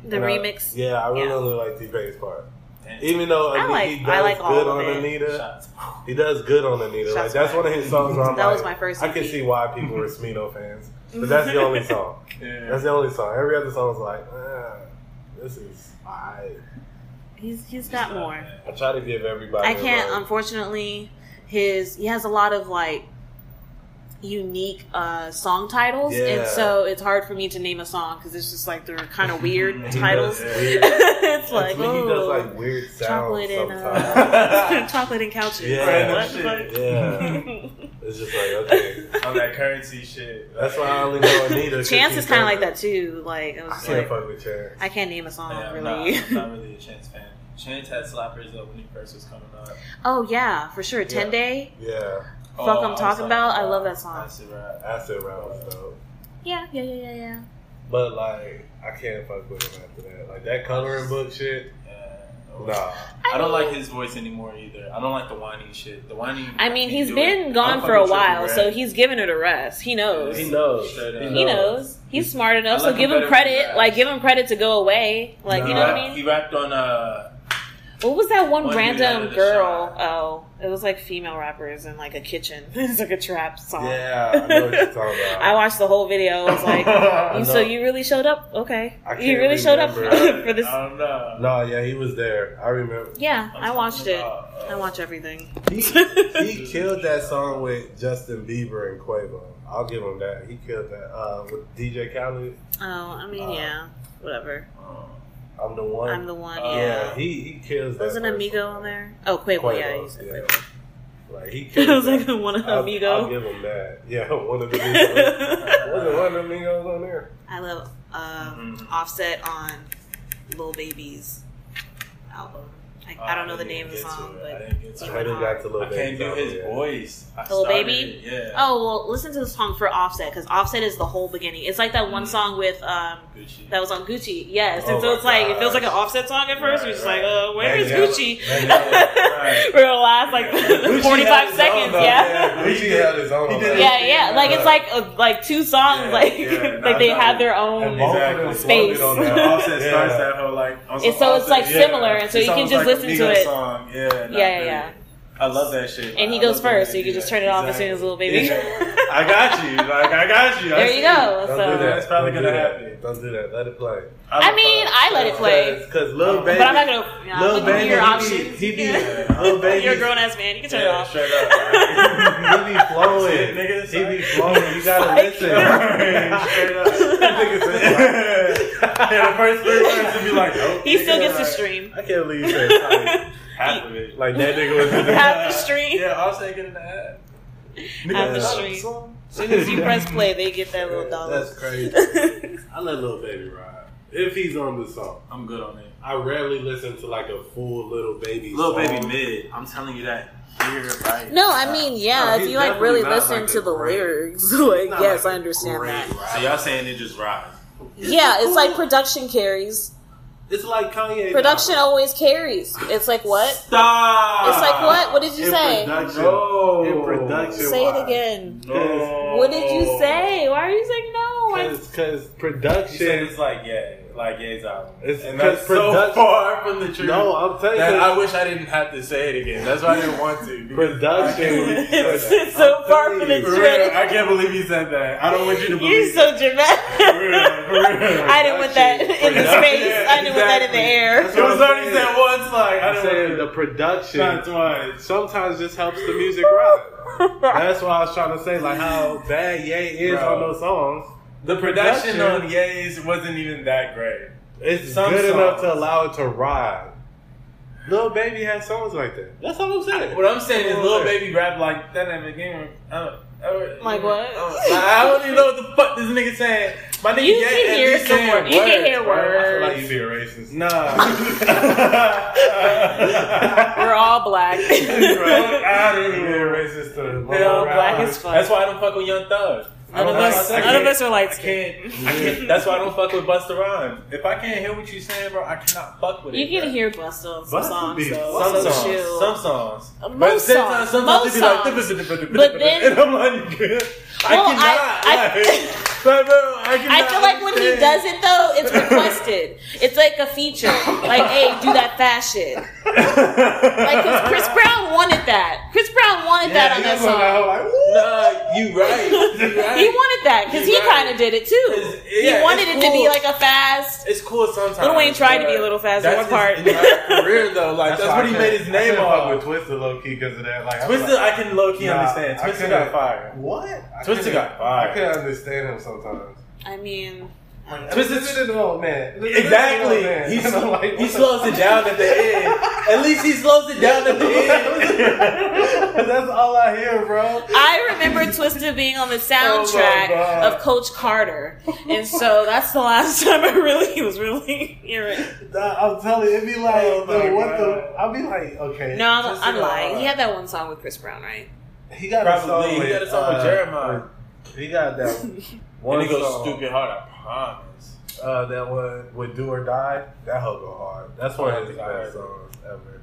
[SPEAKER 5] Mhm.
[SPEAKER 4] The
[SPEAKER 3] And I-
[SPEAKER 4] remix.
[SPEAKER 3] uh, yeah, I really
[SPEAKER 4] Yeah.
[SPEAKER 3] only like T Pain's part.
[SPEAKER 5] Damn.
[SPEAKER 3] Even though
[SPEAKER 4] I
[SPEAKER 3] Ani-
[SPEAKER 4] like-
[SPEAKER 3] he
[SPEAKER 4] I
[SPEAKER 3] does
[SPEAKER 4] like all
[SPEAKER 3] good
[SPEAKER 4] of
[SPEAKER 3] on
[SPEAKER 4] it.
[SPEAKER 3] Anita,
[SPEAKER 5] Shots.
[SPEAKER 3] he does good on Anita. Like
[SPEAKER 4] Shots
[SPEAKER 3] that's
[SPEAKER 4] fired.
[SPEAKER 3] one of his songs where I'm
[SPEAKER 4] That
[SPEAKER 3] like,
[SPEAKER 4] was my first
[SPEAKER 3] I can
[SPEAKER 4] repeat.
[SPEAKER 3] see why people were Smino fans, but that's the only song.
[SPEAKER 5] Yeah.
[SPEAKER 3] That's the only song. Every other song was like, eh, this is. I
[SPEAKER 4] He's he's got more.
[SPEAKER 3] I try to give everybody.
[SPEAKER 4] I
[SPEAKER 3] a
[SPEAKER 4] can't. um,
[SPEAKER 3] love.
[SPEAKER 4] Unfortunately, his he has a lot of like unique uh, song titles,
[SPEAKER 3] Yeah.
[SPEAKER 4] and so it's hard for me to name a song because it's just like they're kind of weird
[SPEAKER 5] He
[SPEAKER 4] titles.
[SPEAKER 5] does,
[SPEAKER 3] yeah.
[SPEAKER 4] it's like
[SPEAKER 3] I mean, he does
[SPEAKER 4] ooh,
[SPEAKER 3] like weird sounds
[SPEAKER 4] chocolate and
[SPEAKER 3] sometimes.
[SPEAKER 4] uh, chocolate and couches.
[SPEAKER 3] Yeah.
[SPEAKER 4] Like, what the
[SPEAKER 5] Random
[SPEAKER 4] fuck?
[SPEAKER 3] yeah, it's just like okay.
[SPEAKER 5] On that currency shit.
[SPEAKER 3] That's why I only know Anita. 'cause
[SPEAKER 4] Chance
[SPEAKER 3] she
[SPEAKER 4] is kind of
[SPEAKER 3] does
[SPEAKER 4] like
[SPEAKER 3] it.
[SPEAKER 4] that too. Like I was
[SPEAKER 3] I
[SPEAKER 4] just
[SPEAKER 3] can't
[SPEAKER 4] like,
[SPEAKER 3] fuck with Chance.
[SPEAKER 4] I can't name a song
[SPEAKER 5] Yeah, I'm not,
[SPEAKER 4] really.
[SPEAKER 5] I'm not really a Chance fan. Chance had slappers though when he first was coming up.
[SPEAKER 4] oh yeah, for sure. Ten
[SPEAKER 3] Yeah.
[SPEAKER 4] Day.
[SPEAKER 3] Yeah,
[SPEAKER 5] Oh,
[SPEAKER 4] Fuck I'm
[SPEAKER 5] I was
[SPEAKER 4] Talking About? I love that song.
[SPEAKER 5] That's it, right.
[SPEAKER 3] acid round was dope,
[SPEAKER 4] Yeah, yeah, yeah, yeah, yeah.
[SPEAKER 3] but like I can't fuck with him after that. Like that coloring book shit.
[SPEAKER 5] Yeah.
[SPEAKER 3] Nah,
[SPEAKER 5] I don't like his voice anymore either. I don't like the whiny shit. The whiny.
[SPEAKER 4] I mean,
[SPEAKER 5] he's
[SPEAKER 4] he's been gone for a while, so he's given it a rest. He knows.
[SPEAKER 3] he knows.
[SPEAKER 5] Straight up.
[SPEAKER 3] He
[SPEAKER 4] He
[SPEAKER 3] No.
[SPEAKER 4] knows. He's smart enough,
[SPEAKER 5] I
[SPEAKER 4] so
[SPEAKER 5] like
[SPEAKER 4] give
[SPEAKER 5] him
[SPEAKER 4] him
[SPEAKER 5] better
[SPEAKER 4] credit.
[SPEAKER 5] than Brad.
[SPEAKER 4] Like, give him credit to go away. Like, you know what
[SPEAKER 3] Nah.
[SPEAKER 4] I mean?
[SPEAKER 5] Uh, He rapped on uh,
[SPEAKER 4] What was that
[SPEAKER 5] One
[SPEAKER 4] one
[SPEAKER 5] dude out of
[SPEAKER 4] random
[SPEAKER 5] the
[SPEAKER 4] girl?
[SPEAKER 5] shot.
[SPEAKER 4] Oh, it was like female rappers in like a kitchen. it's like a trap song.
[SPEAKER 3] Yeah, I know what you're talking about.
[SPEAKER 4] I watched the whole video. I was like,
[SPEAKER 5] I
[SPEAKER 4] you, so
[SPEAKER 3] know.
[SPEAKER 4] you really showed up? Okay.
[SPEAKER 3] I
[SPEAKER 4] You
[SPEAKER 3] can't
[SPEAKER 4] really showed up
[SPEAKER 3] remember.
[SPEAKER 4] for this?
[SPEAKER 5] don't know.
[SPEAKER 3] No, yeah, he was there. I remember.
[SPEAKER 4] Yeah,
[SPEAKER 5] Uh, I'm
[SPEAKER 4] I watched
[SPEAKER 5] talking
[SPEAKER 4] it.
[SPEAKER 5] about, uh,
[SPEAKER 4] I watch everything.
[SPEAKER 3] He, he killed that song with Justin Bieber and Quavo. I'll give him that. He killed that uh, with DJ Khaled.
[SPEAKER 4] Oh, I mean,
[SPEAKER 3] Uh,
[SPEAKER 4] yeah. Whatever.
[SPEAKER 3] I'm the one.
[SPEAKER 4] I'm the one.
[SPEAKER 5] uh,
[SPEAKER 3] yeah,
[SPEAKER 4] yeah.
[SPEAKER 3] he he kills. that
[SPEAKER 4] Was an
[SPEAKER 3] person.
[SPEAKER 4] Amigo on there? Oh, Quavo.
[SPEAKER 3] Quavo,
[SPEAKER 4] yeah, you said
[SPEAKER 3] yeah.
[SPEAKER 4] Quavo.
[SPEAKER 3] Like he
[SPEAKER 4] It
[SPEAKER 3] killed.
[SPEAKER 4] was like
[SPEAKER 3] that.
[SPEAKER 4] one of
[SPEAKER 3] I'll-
[SPEAKER 4] Amigo.
[SPEAKER 3] I'll, give him that. Yeah, one of the Amigos. Wasn't one of the Amigos on there?
[SPEAKER 4] I love um,
[SPEAKER 5] Mhm.
[SPEAKER 4] Offset on Lil Baby's album. I, I don't know the name of the song,
[SPEAKER 5] I
[SPEAKER 4] but
[SPEAKER 5] didn't get to
[SPEAKER 4] you
[SPEAKER 5] it.
[SPEAKER 3] I didn't got to
[SPEAKER 5] I
[SPEAKER 3] little
[SPEAKER 5] can't
[SPEAKER 3] Baby's
[SPEAKER 5] do
[SPEAKER 3] album
[SPEAKER 5] his
[SPEAKER 3] yet.
[SPEAKER 5] voice. I
[SPEAKER 4] Lil
[SPEAKER 5] started
[SPEAKER 4] Baby?
[SPEAKER 5] it, Yeah.
[SPEAKER 4] oh well, listen to the song for Offset because Offset is the whole beginning. It's like that one
[SPEAKER 5] Mhm.
[SPEAKER 4] song with um
[SPEAKER 5] Gucci.
[SPEAKER 4] that was on Gucci. Yes, and
[SPEAKER 3] Oh
[SPEAKER 4] so
[SPEAKER 3] my
[SPEAKER 4] it's like it feels
[SPEAKER 3] gosh.
[SPEAKER 4] like an Offset song at first.
[SPEAKER 5] Right,
[SPEAKER 4] We're just
[SPEAKER 5] right.
[SPEAKER 4] like, uh, where is
[SPEAKER 3] Mandela-
[SPEAKER 4] Gucci?
[SPEAKER 3] Mandela, right.
[SPEAKER 4] We're gonna last like
[SPEAKER 5] Gucci
[SPEAKER 4] forty five
[SPEAKER 5] had his own,
[SPEAKER 4] seconds.
[SPEAKER 5] though,
[SPEAKER 4] Yeah.
[SPEAKER 5] yeah.
[SPEAKER 3] Gucci
[SPEAKER 5] He did-
[SPEAKER 3] had his own.
[SPEAKER 5] he
[SPEAKER 3] on
[SPEAKER 5] did
[SPEAKER 3] that.
[SPEAKER 5] his
[SPEAKER 4] Yeah, yeah, like it's like uh, like two songs,
[SPEAKER 5] Yeah,
[SPEAKER 4] like
[SPEAKER 5] yeah,
[SPEAKER 4] like they
[SPEAKER 5] no,
[SPEAKER 4] have
[SPEAKER 5] no.
[SPEAKER 4] their
[SPEAKER 3] And
[SPEAKER 4] own.
[SPEAKER 3] both of them
[SPEAKER 5] Exactly.
[SPEAKER 4] Space.
[SPEAKER 3] voted on that.
[SPEAKER 5] Offset
[SPEAKER 3] Yeah.
[SPEAKER 5] starts that whole like. on some
[SPEAKER 4] And so it's,
[SPEAKER 5] Offset-
[SPEAKER 4] like, similar, and so
[SPEAKER 5] It's
[SPEAKER 4] you can
[SPEAKER 5] almost
[SPEAKER 4] just
[SPEAKER 5] like a
[SPEAKER 4] listen to
[SPEAKER 5] Migos
[SPEAKER 4] it.
[SPEAKER 5] Song. Yeah, not
[SPEAKER 4] Yeah, yeah,
[SPEAKER 5] really.
[SPEAKER 4] yeah.
[SPEAKER 5] I love that shit.
[SPEAKER 4] And he
[SPEAKER 5] I
[SPEAKER 4] goes
[SPEAKER 5] love the way
[SPEAKER 4] first,
[SPEAKER 5] they
[SPEAKER 4] so you
[SPEAKER 5] do
[SPEAKER 4] can just
[SPEAKER 5] that.
[SPEAKER 4] turn it off as soon as Lil Baby-
[SPEAKER 5] Yeah. I got you. Like I got you. I
[SPEAKER 4] There
[SPEAKER 5] see
[SPEAKER 4] you go.
[SPEAKER 3] Don't
[SPEAKER 4] So
[SPEAKER 3] do that.
[SPEAKER 5] That's probably
[SPEAKER 3] Don't
[SPEAKER 5] gonna
[SPEAKER 3] do that.
[SPEAKER 5] happen.
[SPEAKER 3] Don't do that. Let it play.
[SPEAKER 4] I mean, I let it play,
[SPEAKER 3] Because Lil
[SPEAKER 5] But
[SPEAKER 3] Baby.
[SPEAKER 4] but I'm not gonna. Yeah,
[SPEAKER 3] Lil
[SPEAKER 4] look at
[SPEAKER 3] Baby,
[SPEAKER 4] your
[SPEAKER 3] he be-
[SPEAKER 4] options.
[SPEAKER 3] he be- uh,
[SPEAKER 4] Yeah.
[SPEAKER 3] Lil Baby-
[SPEAKER 4] You're a grown ass man. You can turn
[SPEAKER 5] Yeah,
[SPEAKER 4] it off.
[SPEAKER 5] straight up.
[SPEAKER 3] He be flowing.
[SPEAKER 5] Nigga, it's
[SPEAKER 3] He be
[SPEAKER 5] like-
[SPEAKER 3] flowing. You gotta
[SPEAKER 4] Like-
[SPEAKER 3] listen.
[SPEAKER 5] Straight up.
[SPEAKER 3] Nigga said,
[SPEAKER 5] yeah, the first three words would be like, oh,
[SPEAKER 4] He still
[SPEAKER 5] yeah,
[SPEAKER 4] gets to
[SPEAKER 5] like,
[SPEAKER 4] stream.
[SPEAKER 3] I can't believe you said.
[SPEAKER 5] half of it.
[SPEAKER 3] Like that nigga was in the
[SPEAKER 4] Half the street.
[SPEAKER 5] Yeah, Offset getting the half.
[SPEAKER 4] Half the
[SPEAKER 5] Yeah.
[SPEAKER 4] street. As soon as you press play, they get that little dollar.
[SPEAKER 3] That's crazy. I let little baby ride if he's on the song.
[SPEAKER 5] I'm good on it.
[SPEAKER 3] I rarely listen to like a full little baby.
[SPEAKER 5] Little
[SPEAKER 3] song.
[SPEAKER 5] baby mid. I'm telling you that. You're right.
[SPEAKER 4] No, I mean,
[SPEAKER 3] No,
[SPEAKER 4] yeah, if
[SPEAKER 3] he's
[SPEAKER 4] you like
[SPEAKER 3] definitely
[SPEAKER 4] really
[SPEAKER 3] not
[SPEAKER 4] listen
[SPEAKER 3] like
[SPEAKER 4] to
[SPEAKER 3] a
[SPEAKER 4] the
[SPEAKER 3] great-
[SPEAKER 4] lyrics, like,
[SPEAKER 3] Not
[SPEAKER 4] yes,
[SPEAKER 3] like
[SPEAKER 4] I
[SPEAKER 3] a
[SPEAKER 4] understand
[SPEAKER 3] great
[SPEAKER 4] that.
[SPEAKER 3] ride.
[SPEAKER 5] So y'all saying it just rides?
[SPEAKER 4] Yeah, it's like production carries.
[SPEAKER 3] It's like Kanye.
[SPEAKER 4] Production always carries. It's like what?
[SPEAKER 5] Stop.
[SPEAKER 4] It's
[SPEAKER 3] Ah,
[SPEAKER 4] like what? What did you
[SPEAKER 3] in
[SPEAKER 4] say?
[SPEAKER 3] Production,
[SPEAKER 5] No.
[SPEAKER 3] In production.
[SPEAKER 4] Say it again.
[SPEAKER 5] No.
[SPEAKER 4] What did you
[SPEAKER 3] Oh.
[SPEAKER 4] say? Why are you saying no? Why-
[SPEAKER 3] Because
[SPEAKER 5] You said
[SPEAKER 3] production.
[SPEAKER 5] it's like yeah, like Ye's album.
[SPEAKER 3] It's
[SPEAKER 5] and that's so
[SPEAKER 3] production-
[SPEAKER 5] far from the truth.
[SPEAKER 3] No, I'm telling
[SPEAKER 5] That
[SPEAKER 3] you.
[SPEAKER 5] I wish I didn't have to say it again. That's why I didn't want to. because I
[SPEAKER 3] Production.
[SPEAKER 5] can't believe you said that.
[SPEAKER 4] It's so far from the
[SPEAKER 3] I'm
[SPEAKER 5] For
[SPEAKER 3] telling
[SPEAKER 5] real,
[SPEAKER 4] truth.
[SPEAKER 5] I can't believe you said that. I don't want you to believe.
[SPEAKER 4] You're so dramatic. I didn't want that in the
[SPEAKER 5] Production.
[SPEAKER 4] space. I didn't want that in the air.
[SPEAKER 5] it was already said once. Like I
[SPEAKER 3] I'm saying
[SPEAKER 5] don't
[SPEAKER 3] the
[SPEAKER 5] want
[SPEAKER 3] production
[SPEAKER 5] Not twice.
[SPEAKER 3] sometimes just helps the music ride. That's why I was trying to say like how bad Ye is
[SPEAKER 5] Bro.
[SPEAKER 3] on those songs.
[SPEAKER 5] the production
[SPEAKER 3] production-
[SPEAKER 5] on Ye's wasn't even that great.
[SPEAKER 3] It's
[SPEAKER 5] Some
[SPEAKER 3] good enough to
[SPEAKER 5] songs.
[SPEAKER 3] allow it to ride. Lil Baby has songs like that. That's all I'm saying.
[SPEAKER 5] What I'm saying is, little baby rap like that at the beginning. I don't- I don't-
[SPEAKER 4] Like what?
[SPEAKER 5] I don't-
[SPEAKER 3] Oh,
[SPEAKER 5] I don't even know what the fuck this nigga saying. My nigga,
[SPEAKER 4] You
[SPEAKER 5] yeah,
[SPEAKER 4] can
[SPEAKER 5] at
[SPEAKER 4] hear
[SPEAKER 5] least
[SPEAKER 4] some
[SPEAKER 5] saying
[SPEAKER 4] word- you can hear
[SPEAKER 5] bro.
[SPEAKER 3] I feel
[SPEAKER 4] words.
[SPEAKER 3] like you being racist.
[SPEAKER 5] Nah. We're
[SPEAKER 4] We're all black.
[SPEAKER 5] out of
[SPEAKER 3] You being
[SPEAKER 5] here.
[SPEAKER 3] racist to
[SPEAKER 5] They all
[SPEAKER 4] black as fuck.
[SPEAKER 5] That's why I don't fuck with Young Thug. I
[SPEAKER 4] None
[SPEAKER 5] don't
[SPEAKER 4] of
[SPEAKER 5] like-
[SPEAKER 4] us,
[SPEAKER 5] I
[SPEAKER 4] none of
[SPEAKER 5] can't-
[SPEAKER 4] us are light
[SPEAKER 5] I
[SPEAKER 4] skinned.
[SPEAKER 5] can't. I can't. That's why I don't fuck with Busta Rhymes. If I can't hear what you saying, bro, I cannot fuck with it.
[SPEAKER 4] You
[SPEAKER 5] bro.
[SPEAKER 4] can hear Busta on some
[SPEAKER 3] Busta
[SPEAKER 4] songs,
[SPEAKER 3] beats.
[SPEAKER 4] though.
[SPEAKER 5] some
[SPEAKER 4] So
[SPEAKER 5] songs.
[SPEAKER 4] chill.
[SPEAKER 5] Some songs.
[SPEAKER 4] Uh,
[SPEAKER 5] But
[SPEAKER 4] most
[SPEAKER 5] sometimes,
[SPEAKER 4] songs.
[SPEAKER 5] sometimes
[SPEAKER 4] Most
[SPEAKER 5] it
[SPEAKER 4] songs.
[SPEAKER 5] be like,
[SPEAKER 4] But then-
[SPEAKER 5] and I'm like, I
[SPEAKER 4] Well,
[SPEAKER 5] cannot.
[SPEAKER 4] I- I-
[SPEAKER 5] like, like, bro, I cannot.
[SPEAKER 4] I feel like when he does it though, it's requested. It's like a feature. Like, hey, do that fast shit. Like, cause Chris Brown wanted that. Chris Brown wanted that on that song.
[SPEAKER 5] Nah, you right. You right.
[SPEAKER 4] He wanted that because he
[SPEAKER 5] You're right.
[SPEAKER 4] kind of did it too.
[SPEAKER 5] It's- yeah,
[SPEAKER 4] he wanted
[SPEAKER 5] it's
[SPEAKER 4] it to be
[SPEAKER 5] cool.
[SPEAKER 4] like a fast.
[SPEAKER 5] It's cool sometimes.
[SPEAKER 4] Lil Wayne tried to be
[SPEAKER 5] but
[SPEAKER 4] a little fast at
[SPEAKER 5] that's
[SPEAKER 4] one
[SPEAKER 5] his
[SPEAKER 4] part.
[SPEAKER 5] entire career though. Like that's,
[SPEAKER 3] why
[SPEAKER 5] what
[SPEAKER 3] I
[SPEAKER 5] he
[SPEAKER 3] couldn't-
[SPEAKER 5] made his
[SPEAKER 3] I
[SPEAKER 5] name
[SPEAKER 3] couldn't fuck
[SPEAKER 5] off.
[SPEAKER 3] with Twisted low key because of that. Like I'm
[SPEAKER 5] Twisted,
[SPEAKER 3] like,
[SPEAKER 5] I can low key
[SPEAKER 3] nah,
[SPEAKER 5] understand.
[SPEAKER 3] I
[SPEAKER 5] Twisted
[SPEAKER 3] couldn't-
[SPEAKER 5] got fired.
[SPEAKER 3] What? I couldn't-
[SPEAKER 5] Twisted got fired.
[SPEAKER 3] I couldn't understand him sometimes.
[SPEAKER 4] I mean,
[SPEAKER 5] Twisted-
[SPEAKER 3] Twisted an old man. This is an old man.
[SPEAKER 5] Exactly. He,
[SPEAKER 3] And I'm like,
[SPEAKER 5] he
[SPEAKER 3] what the-
[SPEAKER 5] slows it down at the end. At least he slows it down at the end.
[SPEAKER 3] That's all I hear, bro.
[SPEAKER 4] I remember Twisted being on the
[SPEAKER 5] Oh
[SPEAKER 4] soundtrack
[SPEAKER 3] God.
[SPEAKER 4] of Coach Carter, and so that's the last time I really was really hearing.
[SPEAKER 3] Nah, I'm telling you, it'd be like,
[SPEAKER 5] Oh my
[SPEAKER 3] the- what
[SPEAKER 5] God.
[SPEAKER 3] the? I'll be like, okay.
[SPEAKER 4] No, I'm,
[SPEAKER 5] Twisted
[SPEAKER 4] I'm
[SPEAKER 5] got
[SPEAKER 4] lying. He
[SPEAKER 5] hard.
[SPEAKER 4] had that one song with Chris Brown, right?
[SPEAKER 3] He got a song
[SPEAKER 5] Probably.
[SPEAKER 3] with,
[SPEAKER 5] He got a song with
[SPEAKER 3] uh,
[SPEAKER 5] Jeremiah.
[SPEAKER 3] He got that one.
[SPEAKER 5] And he goes
[SPEAKER 3] song,
[SPEAKER 5] stupid hard, I promise.
[SPEAKER 3] Uh, that one with Do or Die. That hoe go hard. That's one of his
[SPEAKER 5] I heard
[SPEAKER 3] best songs ever.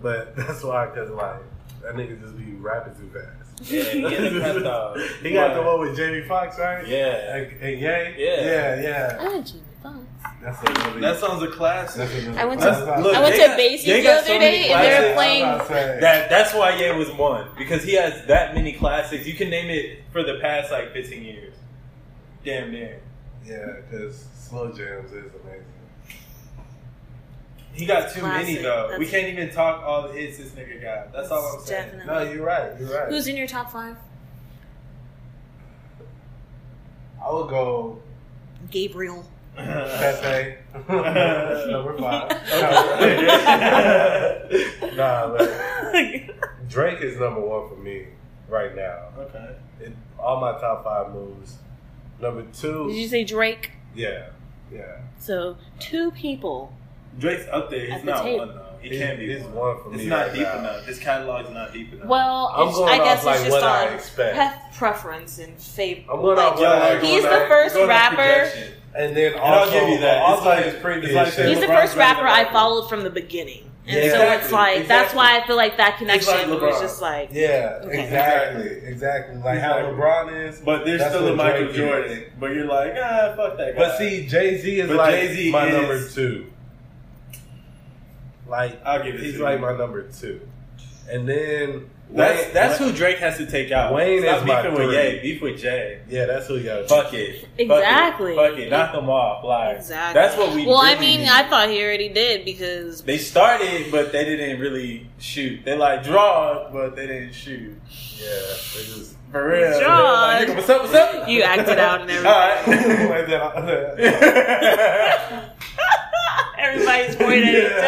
[SPEAKER 3] But that's why, cause like that nigga just be rapping too fast.
[SPEAKER 5] Yeah, he had a cut though.
[SPEAKER 3] He got the one with Jamie Foxx, right?
[SPEAKER 5] Yeah.
[SPEAKER 3] And, and Ye?
[SPEAKER 5] Yeah.
[SPEAKER 3] Yeah, yeah.
[SPEAKER 4] Oh, Jimmy Fox.
[SPEAKER 3] That's a really.
[SPEAKER 5] That song's a classic.
[SPEAKER 3] that's another-
[SPEAKER 4] I went to-
[SPEAKER 3] that's not-
[SPEAKER 5] Look,
[SPEAKER 4] I went
[SPEAKER 5] they
[SPEAKER 4] to
[SPEAKER 5] got-
[SPEAKER 4] Basie's
[SPEAKER 5] they
[SPEAKER 4] the
[SPEAKER 5] got
[SPEAKER 4] other
[SPEAKER 5] so many
[SPEAKER 4] day, and they
[SPEAKER 5] classics.
[SPEAKER 4] were playing.
[SPEAKER 3] I'm not saying.
[SPEAKER 5] That that's why Ye was one because he has that many classics. You can name it for the past like 15 years, damn near.
[SPEAKER 3] Yeah, because slow jams is amazing.
[SPEAKER 5] He got too
[SPEAKER 4] Classic.
[SPEAKER 5] many though. we
[SPEAKER 4] That's-
[SPEAKER 5] can't even talk all the hits this nigga got. That's all I'm saying.
[SPEAKER 4] Definitely.
[SPEAKER 3] No, you're right. You're right.
[SPEAKER 4] Who's in your top five?
[SPEAKER 3] I would go
[SPEAKER 4] Gabriel.
[SPEAKER 3] Pepe. Number five.
[SPEAKER 5] okay.
[SPEAKER 3] nah, like, Drake is number one for me right now.
[SPEAKER 5] okay.
[SPEAKER 3] In all my top five moves. Number
[SPEAKER 4] Did you
[SPEAKER 3] two,
[SPEAKER 4] say Drake?
[SPEAKER 3] yeah, yeah.
[SPEAKER 4] So two people.
[SPEAKER 5] Drake's up there. He's
[SPEAKER 4] At the
[SPEAKER 5] not
[SPEAKER 4] tape.
[SPEAKER 5] one though. He
[SPEAKER 3] He's-
[SPEAKER 5] can't be
[SPEAKER 3] he's
[SPEAKER 5] one.
[SPEAKER 3] one for
[SPEAKER 5] It's
[SPEAKER 3] me
[SPEAKER 5] not
[SPEAKER 3] right
[SPEAKER 5] deep
[SPEAKER 3] now.
[SPEAKER 5] enough. This catalog's not deep enough.
[SPEAKER 4] Well,
[SPEAKER 3] I'm
[SPEAKER 4] it's,
[SPEAKER 3] going
[SPEAKER 4] I guess
[SPEAKER 3] off, like,
[SPEAKER 4] it's just
[SPEAKER 3] what I
[SPEAKER 4] on
[SPEAKER 3] expect.
[SPEAKER 4] pef- preference and favor.
[SPEAKER 3] I'm going off what I like.
[SPEAKER 4] he's
[SPEAKER 3] what I
[SPEAKER 4] the
[SPEAKER 3] like.
[SPEAKER 4] first
[SPEAKER 5] Going off
[SPEAKER 4] rapper-
[SPEAKER 5] projection.
[SPEAKER 3] And then also,
[SPEAKER 5] And I'll give you that. It's
[SPEAKER 3] Also,
[SPEAKER 5] like-
[SPEAKER 3] his previous
[SPEAKER 5] it's like
[SPEAKER 3] shit.
[SPEAKER 5] saying
[SPEAKER 4] He's the
[SPEAKER 5] LeBron's
[SPEAKER 4] first
[SPEAKER 5] not the
[SPEAKER 4] rapper I
[SPEAKER 5] rapper.
[SPEAKER 4] followed from the beginning, and
[SPEAKER 5] Yeah.
[SPEAKER 4] so it's
[SPEAKER 5] Exactly,
[SPEAKER 4] like that's
[SPEAKER 5] exactly.
[SPEAKER 4] why I feel like that connection
[SPEAKER 5] like
[SPEAKER 4] was
[SPEAKER 5] LeBron.
[SPEAKER 4] just like
[SPEAKER 3] Yeah,
[SPEAKER 4] Okay.
[SPEAKER 3] exactly, exactly. Like
[SPEAKER 5] Exactly.
[SPEAKER 3] how LeBron is,
[SPEAKER 5] But there's
[SPEAKER 3] that's
[SPEAKER 5] still a
[SPEAKER 3] what
[SPEAKER 5] Michael
[SPEAKER 3] Drake
[SPEAKER 5] Jordan.
[SPEAKER 3] is.
[SPEAKER 5] But you're like, ah, fuck that guy.
[SPEAKER 3] But see, Jay Z is
[SPEAKER 5] But
[SPEAKER 3] like
[SPEAKER 5] Jay-Z
[SPEAKER 3] my
[SPEAKER 5] is-
[SPEAKER 3] number two. Like
[SPEAKER 5] I'll give it
[SPEAKER 3] he's
[SPEAKER 5] to
[SPEAKER 3] like
[SPEAKER 5] you.
[SPEAKER 3] my number two, and then
[SPEAKER 5] that's
[SPEAKER 3] Wayne-
[SPEAKER 5] that's who Drake has to take out.
[SPEAKER 3] Wayne
[SPEAKER 5] Stop
[SPEAKER 3] is my
[SPEAKER 5] beefing with
[SPEAKER 3] three.
[SPEAKER 5] Ye. Beef with Jay.
[SPEAKER 3] Yeah, that's who you got.
[SPEAKER 5] Fuck it. Fuck it.
[SPEAKER 4] Exactly.
[SPEAKER 5] Fuck it. Knock them off. Like
[SPEAKER 4] exactly.
[SPEAKER 5] that's what we.
[SPEAKER 4] Well, I
[SPEAKER 5] really
[SPEAKER 4] mean,
[SPEAKER 5] need.
[SPEAKER 4] I thought he already did because
[SPEAKER 5] They started, but they didn't really shoot. They like draw, but they didn't shoot.
[SPEAKER 3] Yeah, they just.
[SPEAKER 5] For real. They
[SPEAKER 4] Draw.
[SPEAKER 5] was like, Nigga, what's up? What's up?
[SPEAKER 4] you acted out and
[SPEAKER 5] All
[SPEAKER 4] everything.
[SPEAKER 5] right.
[SPEAKER 3] Like that-
[SPEAKER 5] I
[SPEAKER 4] Everybody's pointing at
[SPEAKER 3] Yeah.
[SPEAKER 4] each other.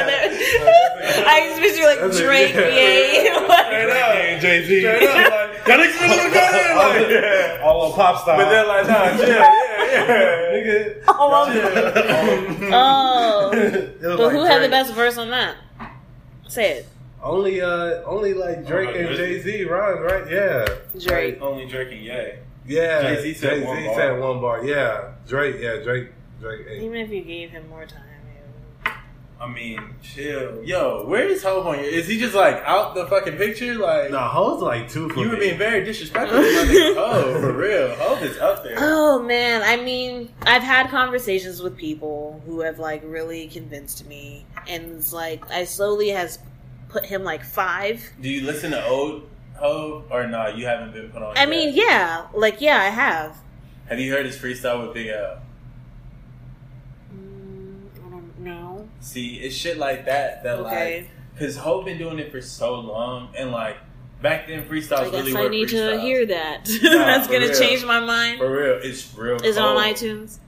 [SPEAKER 4] I just picture like
[SPEAKER 3] That's a-
[SPEAKER 4] Drake,
[SPEAKER 3] yeah.
[SPEAKER 4] yay.
[SPEAKER 6] Straight
[SPEAKER 4] Like,
[SPEAKER 6] up. Jay Z.
[SPEAKER 3] Straight up, like,
[SPEAKER 6] That nigga's really look
[SPEAKER 3] Oh,
[SPEAKER 6] good.
[SPEAKER 3] yeah.
[SPEAKER 6] Like, all on pop style.
[SPEAKER 3] But they're like, nah, chill, yeah, yeah, nigga.
[SPEAKER 4] oh, I'm-
[SPEAKER 3] chill.
[SPEAKER 4] oh.
[SPEAKER 6] It was
[SPEAKER 4] But
[SPEAKER 6] like
[SPEAKER 4] who had the
[SPEAKER 6] Drake.
[SPEAKER 4] best verse on that? Say it.
[SPEAKER 3] Only, uh, only
[SPEAKER 5] Oh,
[SPEAKER 3] like Drake and Jay Z rhymes, right? Yeah,
[SPEAKER 4] Drake.
[SPEAKER 5] Only Drake and Ye.
[SPEAKER 3] yeah.
[SPEAKER 5] Jay-Z said
[SPEAKER 3] Jay-Z
[SPEAKER 5] one bar.
[SPEAKER 3] said one bar. Yeah, Drake. Yeah, Drake. Drake. ate.
[SPEAKER 4] Even if you gave him more time. it
[SPEAKER 5] I mean, chill. Yo, where is Ho on your? Is he just like out the fucking picture? Like,
[SPEAKER 3] No, hoes like two for
[SPEAKER 5] you
[SPEAKER 3] me.
[SPEAKER 5] were being very disrespectful. to my nigga Ho, for real. Ho is up
[SPEAKER 4] would-
[SPEAKER 5] there.
[SPEAKER 4] Oh man, I mean, I've had conversations with people who have like really convinced me, and it's like I slowly has put him like five.
[SPEAKER 5] Do you listen to old Ho or nah? You haven't been put on.
[SPEAKER 4] I
[SPEAKER 5] yet?
[SPEAKER 4] mean, yeah, like yeah, I have.
[SPEAKER 5] have you heard his freestyle with Big L?
[SPEAKER 4] Mm, I don't know.
[SPEAKER 5] See, it's shit like that that
[SPEAKER 4] Okay.
[SPEAKER 5] like because Ho been doing it for so long and like back then
[SPEAKER 4] I
[SPEAKER 5] freestyles
[SPEAKER 4] guess
[SPEAKER 5] really
[SPEAKER 4] I
[SPEAKER 5] were
[SPEAKER 4] need to
[SPEAKER 5] freestyles.
[SPEAKER 4] hear that.
[SPEAKER 5] Nah,
[SPEAKER 4] That's
[SPEAKER 5] for
[SPEAKER 4] gonna
[SPEAKER 5] real.
[SPEAKER 4] change my mind.
[SPEAKER 5] For real, it's real.
[SPEAKER 4] Is it on
[SPEAKER 5] cold.
[SPEAKER 4] iTunes?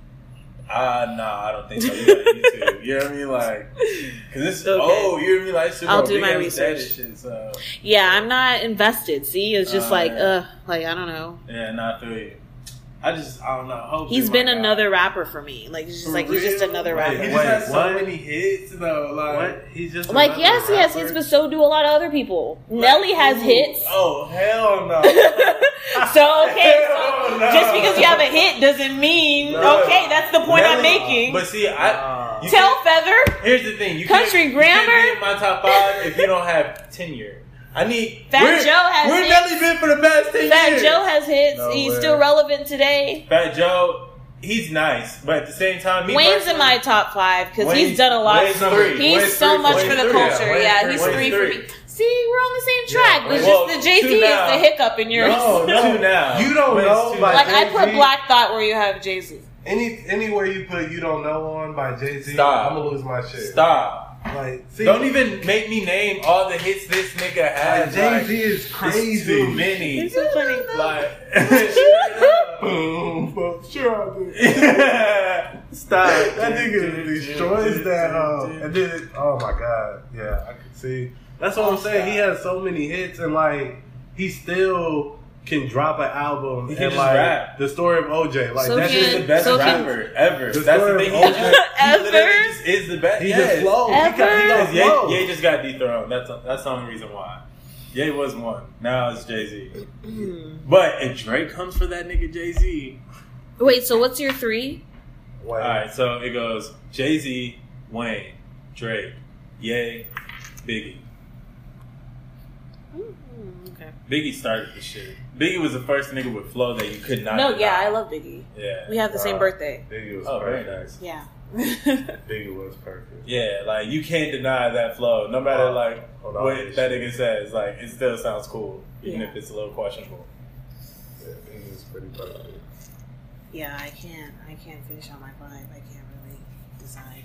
[SPEAKER 5] Ah, nah, I don't think so. You got YouTube. you know what I mean? Like, because this
[SPEAKER 4] Okay.
[SPEAKER 5] oh, you know what I mean? Like, super
[SPEAKER 4] I'll do my research.
[SPEAKER 5] Shit, so.
[SPEAKER 4] Yeah, I'm not invested. See, it's just
[SPEAKER 5] Uh,
[SPEAKER 4] like,
[SPEAKER 5] yeah.
[SPEAKER 4] ugh, like I don't know.
[SPEAKER 5] Yeah, not through you. I just, I don't know. Hope
[SPEAKER 4] He's
[SPEAKER 5] Oh, my
[SPEAKER 4] been
[SPEAKER 5] guy.
[SPEAKER 4] another rapper for me. Like he's just like he's just another
[SPEAKER 5] Like,
[SPEAKER 4] rapper.
[SPEAKER 5] He
[SPEAKER 3] Wait,
[SPEAKER 5] just has so
[SPEAKER 3] what?
[SPEAKER 5] many hits though. Like,
[SPEAKER 3] What? He's just
[SPEAKER 4] Like
[SPEAKER 3] another
[SPEAKER 4] yes, yes, hits,
[SPEAKER 3] rapper?
[SPEAKER 4] but so do a lot of other people. Nelly has
[SPEAKER 5] Ooh,
[SPEAKER 4] hits.
[SPEAKER 5] Oh hell no!
[SPEAKER 4] so okay, so
[SPEAKER 5] Hell no.
[SPEAKER 4] just because you have a hit doesn't mean
[SPEAKER 5] No.
[SPEAKER 4] okay. That's the point I'm
[SPEAKER 5] Nelly-
[SPEAKER 4] making.
[SPEAKER 5] But see, I
[SPEAKER 3] Nah.
[SPEAKER 5] you
[SPEAKER 4] Tell Feather,
[SPEAKER 5] Here's the thing: you
[SPEAKER 4] Country
[SPEAKER 5] can't, you can't
[SPEAKER 4] Grammar?
[SPEAKER 5] be in my top five if you don't have tenure. I need.
[SPEAKER 4] Fat
[SPEAKER 5] where,
[SPEAKER 4] Joe has
[SPEAKER 5] Where
[SPEAKER 4] hits.
[SPEAKER 5] Nelly been for the past ten
[SPEAKER 4] Fat
[SPEAKER 5] years?
[SPEAKER 4] Joe has hits.
[SPEAKER 5] No
[SPEAKER 4] he's
[SPEAKER 5] way.
[SPEAKER 4] still relevant today.
[SPEAKER 5] Fat Joe, he's nice, but at the same time, me
[SPEAKER 4] Wayne's in
[SPEAKER 5] personally-
[SPEAKER 4] my top five because he's
[SPEAKER 5] Wayne's-
[SPEAKER 4] done a lot.
[SPEAKER 5] Wayne's number-
[SPEAKER 4] he's
[SPEAKER 5] Wayne's
[SPEAKER 4] so
[SPEAKER 5] three-
[SPEAKER 4] much
[SPEAKER 5] Wayne's
[SPEAKER 4] for the
[SPEAKER 5] three, yeah.
[SPEAKER 4] culture.
[SPEAKER 5] Wayne's
[SPEAKER 4] Yeah,
[SPEAKER 5] three,
[SPEAKER 4] he's
[SPEAKER 5] Wayne's
[SPEAKER 4] three,
[SPEAKER 5] three.
[SPEAKER 4] for me. See, we're on the same
[SPEAKER 5] Yeah,
[SPEAKER 4] track. it's
[SPEAKER 5] Wayne-
[SPEAKER 4] just the
[SPEAKER 5] Well,
[SPEAKER 4] Jay Z
[SPEAKER 5] two
[SPEAKER 4] is
[SPEAKER 5] now.
[SPEAKER 4] the hiccup in yours.
[SPEAKER 5] No, no, now
[SPEAKER 3] You don't
[SPEAKER 5] Wayne's
[SPEAKER 3] know,
[SPEAKER 5] two
[SPEAKER 3] but-
[SPEAKER 5] now.
[SPEAKER 4] like I put
[SPEAKER 3] Jay-Z.
[SPEAKER 4] Black Thought where you have Jay Z.
[SPEAKER 3] Any anywhere you put "You Don't Know" on by Jay Z,
[SPEAKER 5] Stop.
[SPEAKER 3] I'm gonna lose my shit.
[SPEAKER 5] Stop.
[SPEAKER 3] Like, see,
[SPEAKER 5] Don't even make me name all the hits this nigga
[SPEAKER 3] Like,
[SPEAKER 5] has.
[SPEAKER 3] Jay
[SPEAKER 5] Like,
[SPEAKER 3] Z is
[SPEAKER 5] It's
[SPEAKER 3] crazy.
[SPEAKER 5] too many.
[SPEAKER 4] so funny.
[SPEAKER 5] Like, straight up.
[SPEAKER 3] Boom, boom. Sure, I do.
[SPEAKER 5] Stop.
[SPEAKER 3] That nigga destroys that hoe. And then, it, oh my god, yeah, I can see. That's what I'm saying. He has so many hits, and like, he still can drop an album.
[SPEAKER 5] He can
[SPEAKER 3] and
[SPEAKER 5] just
[SPEAKER 3] like,
[SPEAKER 5] rap.
[SPEAKER 3] the story of OJ, like
[SPEAKER 4] So
[SPEAKER 3] that's
[SPEAKER 5] He's
[SPEAKER 3] just
[SPEAKER 5] the
[SPEAKER 4] can-
[SPEAKER 5] best
[SPEAKER 4] so can-
[SPEAKER 5] rapper ever.
[SPEAKER 3] The
[SPEAKER 5] That's the
[SPEAKER 3] story
[SPEAKER 5] thing. He,
[SPEAKER 3] of
[SPEAKER 5] just, he
[SPEAKER 4] Ever?
[SPEAKER 5] literally just is the best.
[SPEAKER 3] he
[SPEAKER 5] yes.
[SPEAKER 3] just flows. He
[SPEAKER 4] Ever?
[SPEAKER 3] got, he got
[SPEAKER 5] Because Ye,
[SPEAKER 3] flow.
[SPEAKER 5] Ye just got dethroned. That's that's the only reason why. Ye was one. Now it's Jay Z. But if Drake comes for that nigga Jay Z,
[SPEAKER 4] Wait, so what's your three?
[SPEAKER 3] Wait,
[SPEAKER 5] all right. So it goes Jay Z, Wayne, Drake, Ye, Biggie.
[SPEAKER 4] okay.
[SPEAKER 5] Biggie started the shit. Biggie was the first nigga with flow that you could not.
[SPEAKER 4] No, yeah, I
[SPEAKER 5] deny.
[SPEAKER 4] love Biggie.
[SPEAKER 5] yeah.
[SPEAKER 4] We have the same
[SPEAKER 3] Uh,
[SPEAKER 4] birthday.
[SPEAKER 3] Biggie was
[SPEAKER 5] Oh, very
[SPEAKER 3] perfect.
[SPEAKER 5] nice.
[SPEAKER 4] Yeah.
[SPEAKER 3] Biggie was perfect.
[SPEAKER 5] Yeah, like you can't deny that flow. No matter like
[SPEAKER 3] Hold on.
[SPEAKER 5] what that nigga says, like it still sounds cool, even
[SPEAKER 4] Yeah.
[SPEAKER 5] if it's a little questionable.
[SPEAKER 3] Yeah, Biggie was pretty perfect.
[SPEAKER 4] yeah, I can't. I can't finish on my vibe. I can't really decide.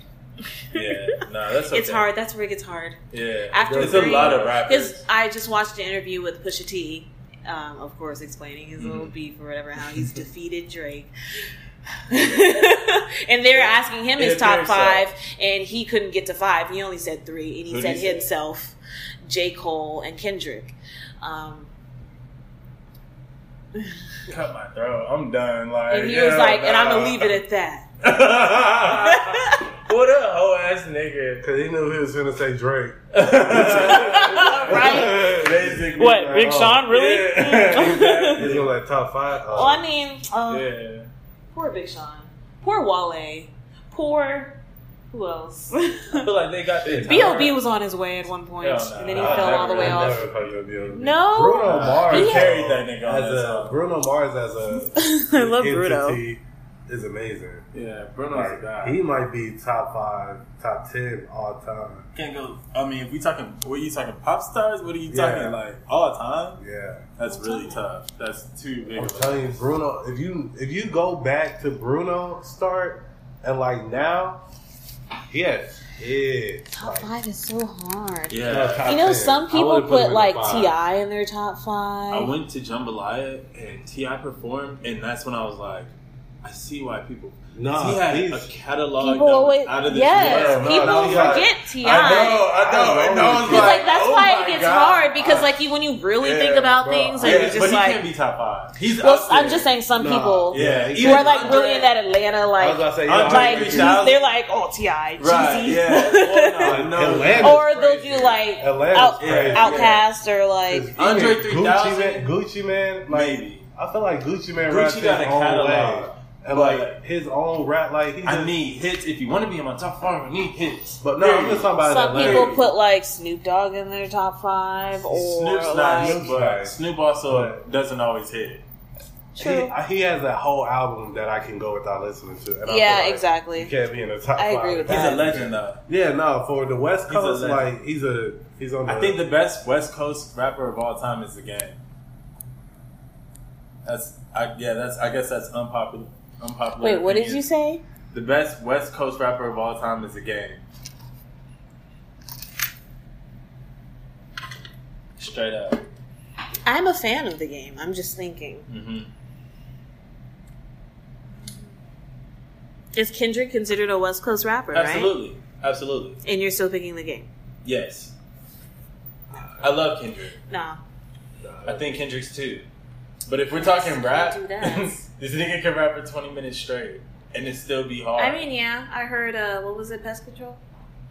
[SPEAKER 5] Yeah, no, that's okay.
[SPEAKER 4] It's hard. That's where it gets hard.
[SPEAKER 5] Yeah,
[SPEAKER 4] After
[SPEAKER 5] there's a
[SPEAKER 4] three-
[SPEAKER 5] lot of
[SPEAKER 4] Because
[SPEAKER 5] rappers.
[SPEAKER 4] I just watched an interview with Pusha T, um, of course, explaining his little
[SPEAKER 5] Mhm.
[SPEAKER 4] beef or whatever, how he's defeated Drake. and they were asking him
[SPEAKER 5] It
[SPEAKER 4] his top
[SPEAKER 5] appears so.
[SPEAKER 4] five, and he couldn't get to five. He only said three, and he
[SPEAKER 5] Who'd
[SPEAKER 4] said
[SPEAKER 5] he say?
[SPEAKER 4] himself, J. Cole, and Kendrick. Um,
[SPEAKER 5] Cut my throat. I'm done. Like,
[SPEAKER 4] and he was
[SPEAKER 5] yeah,
[SPEAKER 4] like, and I'm
[SPEAKER 5] nah.
[SPEAKER 4] going to leave it at that.
[SPEAKER 5] what a hoe ass nigga.
[SPEAKER 3] Cause he knew he was gonna say Drake.
[SPEAKER 4] Right?
[SPEAKER 5] Basically,
[SPEAKER 4] What,
[SPEAKER 5] like,
[SPEAKER 4] Big
[SPEAKER 5] oh,
[SPEAKER 4] Sean? Really?
[SPEAKER 5] Yeah, exactly.
[SPEAKER 3] He's gonna like top five.
[SPEAKER 4] Well, I mean, um,
[SPEAKER 5] yeah.
[SPEAKER 4] poor Big Sean. Poor Wale. Poor. Who else?
[SPEAKER 5] I feel like they got their
[SPEAKER 4] B.O.B.
[SPEAKER 5] time.
[SPEAKER 4] was on his way at one point,
[SPEAKER 5] Hell no.
[SPEAKER 4] and then he
[SPEAKER 5] I
[SPEAKER 4] fell all the
[SPEAKER 5] never-
[SPEAKER 4] way
[SPEAKER 5] I
[SPEAKER 4] off.
[SPEAKER 5] never
[SPEAKER 4] No.
[SPEAKER 3] Bruno Mars
[SPEAKER 5] He
[SPEAKER 3] though,
[SPEAKER 5] carried that nigga on
[SPEAKER 3] as
[SPEAKER 5] that
[SPEAKER 3] a
[SPEAKER 5] song.
[SPEAKER 3] Bruno Mars as a
[SPEAKER 4] I love Bruno.
[SPEAKER 3] entity is amazing.
[SPEAKER 5] Yeah, Bruno's a
[SPEAKER 3] Like,
[SPEAKER 5] guy.
[SPEAKER 3] he might be top five, top ten all time.
[SPEAKER 5] can't go. I mean, if we talking, what are you talking? Pop stars? What are you
[SPEAKER 3] Yeah.
[SPEAKER 5] talking like all time?
[SPEAKER 3] Yeah,
[SPEAKER 5] That's really tough. That's too big.
[SPEAKER 3] I'm
[SPEAKER 5] Of a,
[SPEAKER 3] telling you, Bruno. If you if you go back to Bruno start and like now, yes, yeah.
[SPEAKER 4] Top five is so hard.
[SPEAKER 5] yeah,
[SPEAKER 4] You know, some people put, like Ti in their top
[SPEAKER 5] I
[SPEAKER 4] five.
[SPEAKER 5] went to Jambalaya and Ti performed, and that's when I was like, I see why people.
[SPEAKER 3] Nah,
[SPEAKER 5] he had
[SPEAKER 3] he's-
[SPEAKER 5] a catalog
[SPEAKER 4] People
[SPEAKER 5] that was
[SPEAKER 4] always,
[SPEAKER 5] out of this
[SPEAKER 4] yes,
[SPEAKER 5] world.
[SPEAKER 3] no,
[SPEAKER 4] people
[SPEAKER 3] no, he's like-
[SPEAKER 4] forget Ti.
[SPEAKER 5] I know, I know.
[SPEAKER 3] I
[SPEAKER 5] And
[SPEAKER 3] know
[SPEAKER 5] I was
[SPEAKER 3] he's
[SPEAKER 4] Because
[SPEAKER 5] like,
[SPEAKER 4] like that's
[SPEAKER 5] oh
[SPEAKER 4] why
[SPEAKER 5] my
[SPEAKER 4] it gets
[SPEAKER 5] God.
[SPEAKER 4] hard because like you when you really
[SPEAKER 5] Yeah,
[SPEAKER 4] think about
[SPEAKER 3] bro.
[SPEAKER 4] things
[SPEAKER 5] Yeah,
[SPEAKER 4] and you're
[SPEAKER 5] but
[SPEAKER 4] just
[SPEAKER 5] he
[SPEAKER 4] like
[SPEAKER 5] can't be top five. He's
[SPEAKER 4] well
[SPEAKER 5] up
[SPEAKER 4] I'm
[SPEAKER 5] there.
[SPEAKER 4] just saying some
[SPEAKER 3] Nah,
[SPEAKER 4] people
[SPEAKER 5] Yeah,
[SPEAKER 3] You
[SPEAKER 5] he's
[SPEAKER 4] who
[SPEAKER 3] were
[SPEAKER 4] are like really in that Atlanta
[SPEAKER 3] I was about
[SPEAKER 4] like
[SPEAKER 3] to say,
[SPEAKER 5] I'm
[SPEAKER 3] y'all
[SPEAKER 5] like-
[SPEAKER 4] like
[SPEAKER 3] agree.
[SPEAKER 4] he's-
[SPEAKER 5] 30,000.
[SPEAKER 4] they're like oh Ti
[SPEAKER 5] right.
[SPEAKER 4] Jeezy.
[SPEAKER 5] Yeah, Well, no, no,
[SPEAKER 3] Atlanta.
[SPEAKER 5] no.
[SPEAKER 4] or they'll do like
[SPEAKER 3] Atlanta's
[SPEAKER 4] out,
[SPEAKER 3] crazy.
[SPEAKER 4] Outcast or like
[SPEAKER 3] Even
[SPEAKER 5] Andre
[SPEAKER 3] Gucci
[SPEAKER 5] 3000?
[SPEAKER 3] Man, Gucci Man, like
[SPEAKER 5] maybe.
[SPEAKER 3] I feel like Gucci Man
[SPEAKER 5] Gucci
[SPEAKER 3] raps his
[SPEAKER 5] got a
[SPEAKER 3] own
[SPEAKER 5] catalog,
[SPEAKER 3] way, and
[SPEAKER 5] but-
[SPEAKER 3] like his own rap, like he
[SPEAKER 5] I
[SPEAKER 3] just,
[SPEAKER 5] need hits. If you want to be in my top five, I need hits.
[SPEAKER 3] But no, I'm just talking about
[SPEAKER 4] some
[SPEAKER 3] Atlanta.
[SPEAKER 4] people put like Snoop Dogg in their top five or
[SPEAKER 5] Snoop's not
[SPEAKER 4] like
[SPEAKER 3] Snoop.
[SPEAKER 5] but Snoop also doesn't always hit.
[SPEAKER 4] true.
[SPEAKER 3] He, he has a whole album that I can go without listening to. and I
[SPEAKER 4] Yeah,
[SPEAKER 3] feel like
[SPEAKER 4] exactly.
[SPEAKER 3] You can't be in the top.
[SPEAKER 4] I agree
[SPEAKER 3] five.
[SPEAKER 4] with
[SPEAKER 5] He's
[SPEAKER 4] that.
[SPEAKER 5] a legend, though.
[SPEAKER 3] Yeah, no, for the West
[SPEAKER 5] He's a
[SPEAKER 3] Coast,
[SPEAKER 5] legend.
[SPEAKER 3] like he's a he's on. The, uh,
[SPEAKER 5] I think the best West Coast rapper of all time is the Game. That's I yeah. That's I guess that's unpopular. Unpopular.
[SPEAKER 4] Wait, what did
[SPEAKER 5] opinion.
[SPEAKER 4] you say?
[SPEAKER 5] The best West Coast rapper of all time is the Game. Straight up.
[SPEAKER 4] I'm a fan of the game. I'm just thinking.
[SPEAKER 5] Mm-hmm.
[SPEAKER 4] Is Kendrick considered a West Coast rapper,
[SPEAKER 5] Absolutely. Absolutely.
[SPEAKER 4] right? And you're still picking the game.
[SPEAKER 5] Yes. I love Kendrick.
[SPEAKER 4] Nah.
[SPEAKER 5] I think Kendrick's too. But if we're talking rap,
[SPEAKER 4] do that.
[SPEAKER 5] this nigga can rap for 20 minutes straight and it still be hard.
[SPEAKER 4] I mean, yeah, I heard uh what was it, pest control?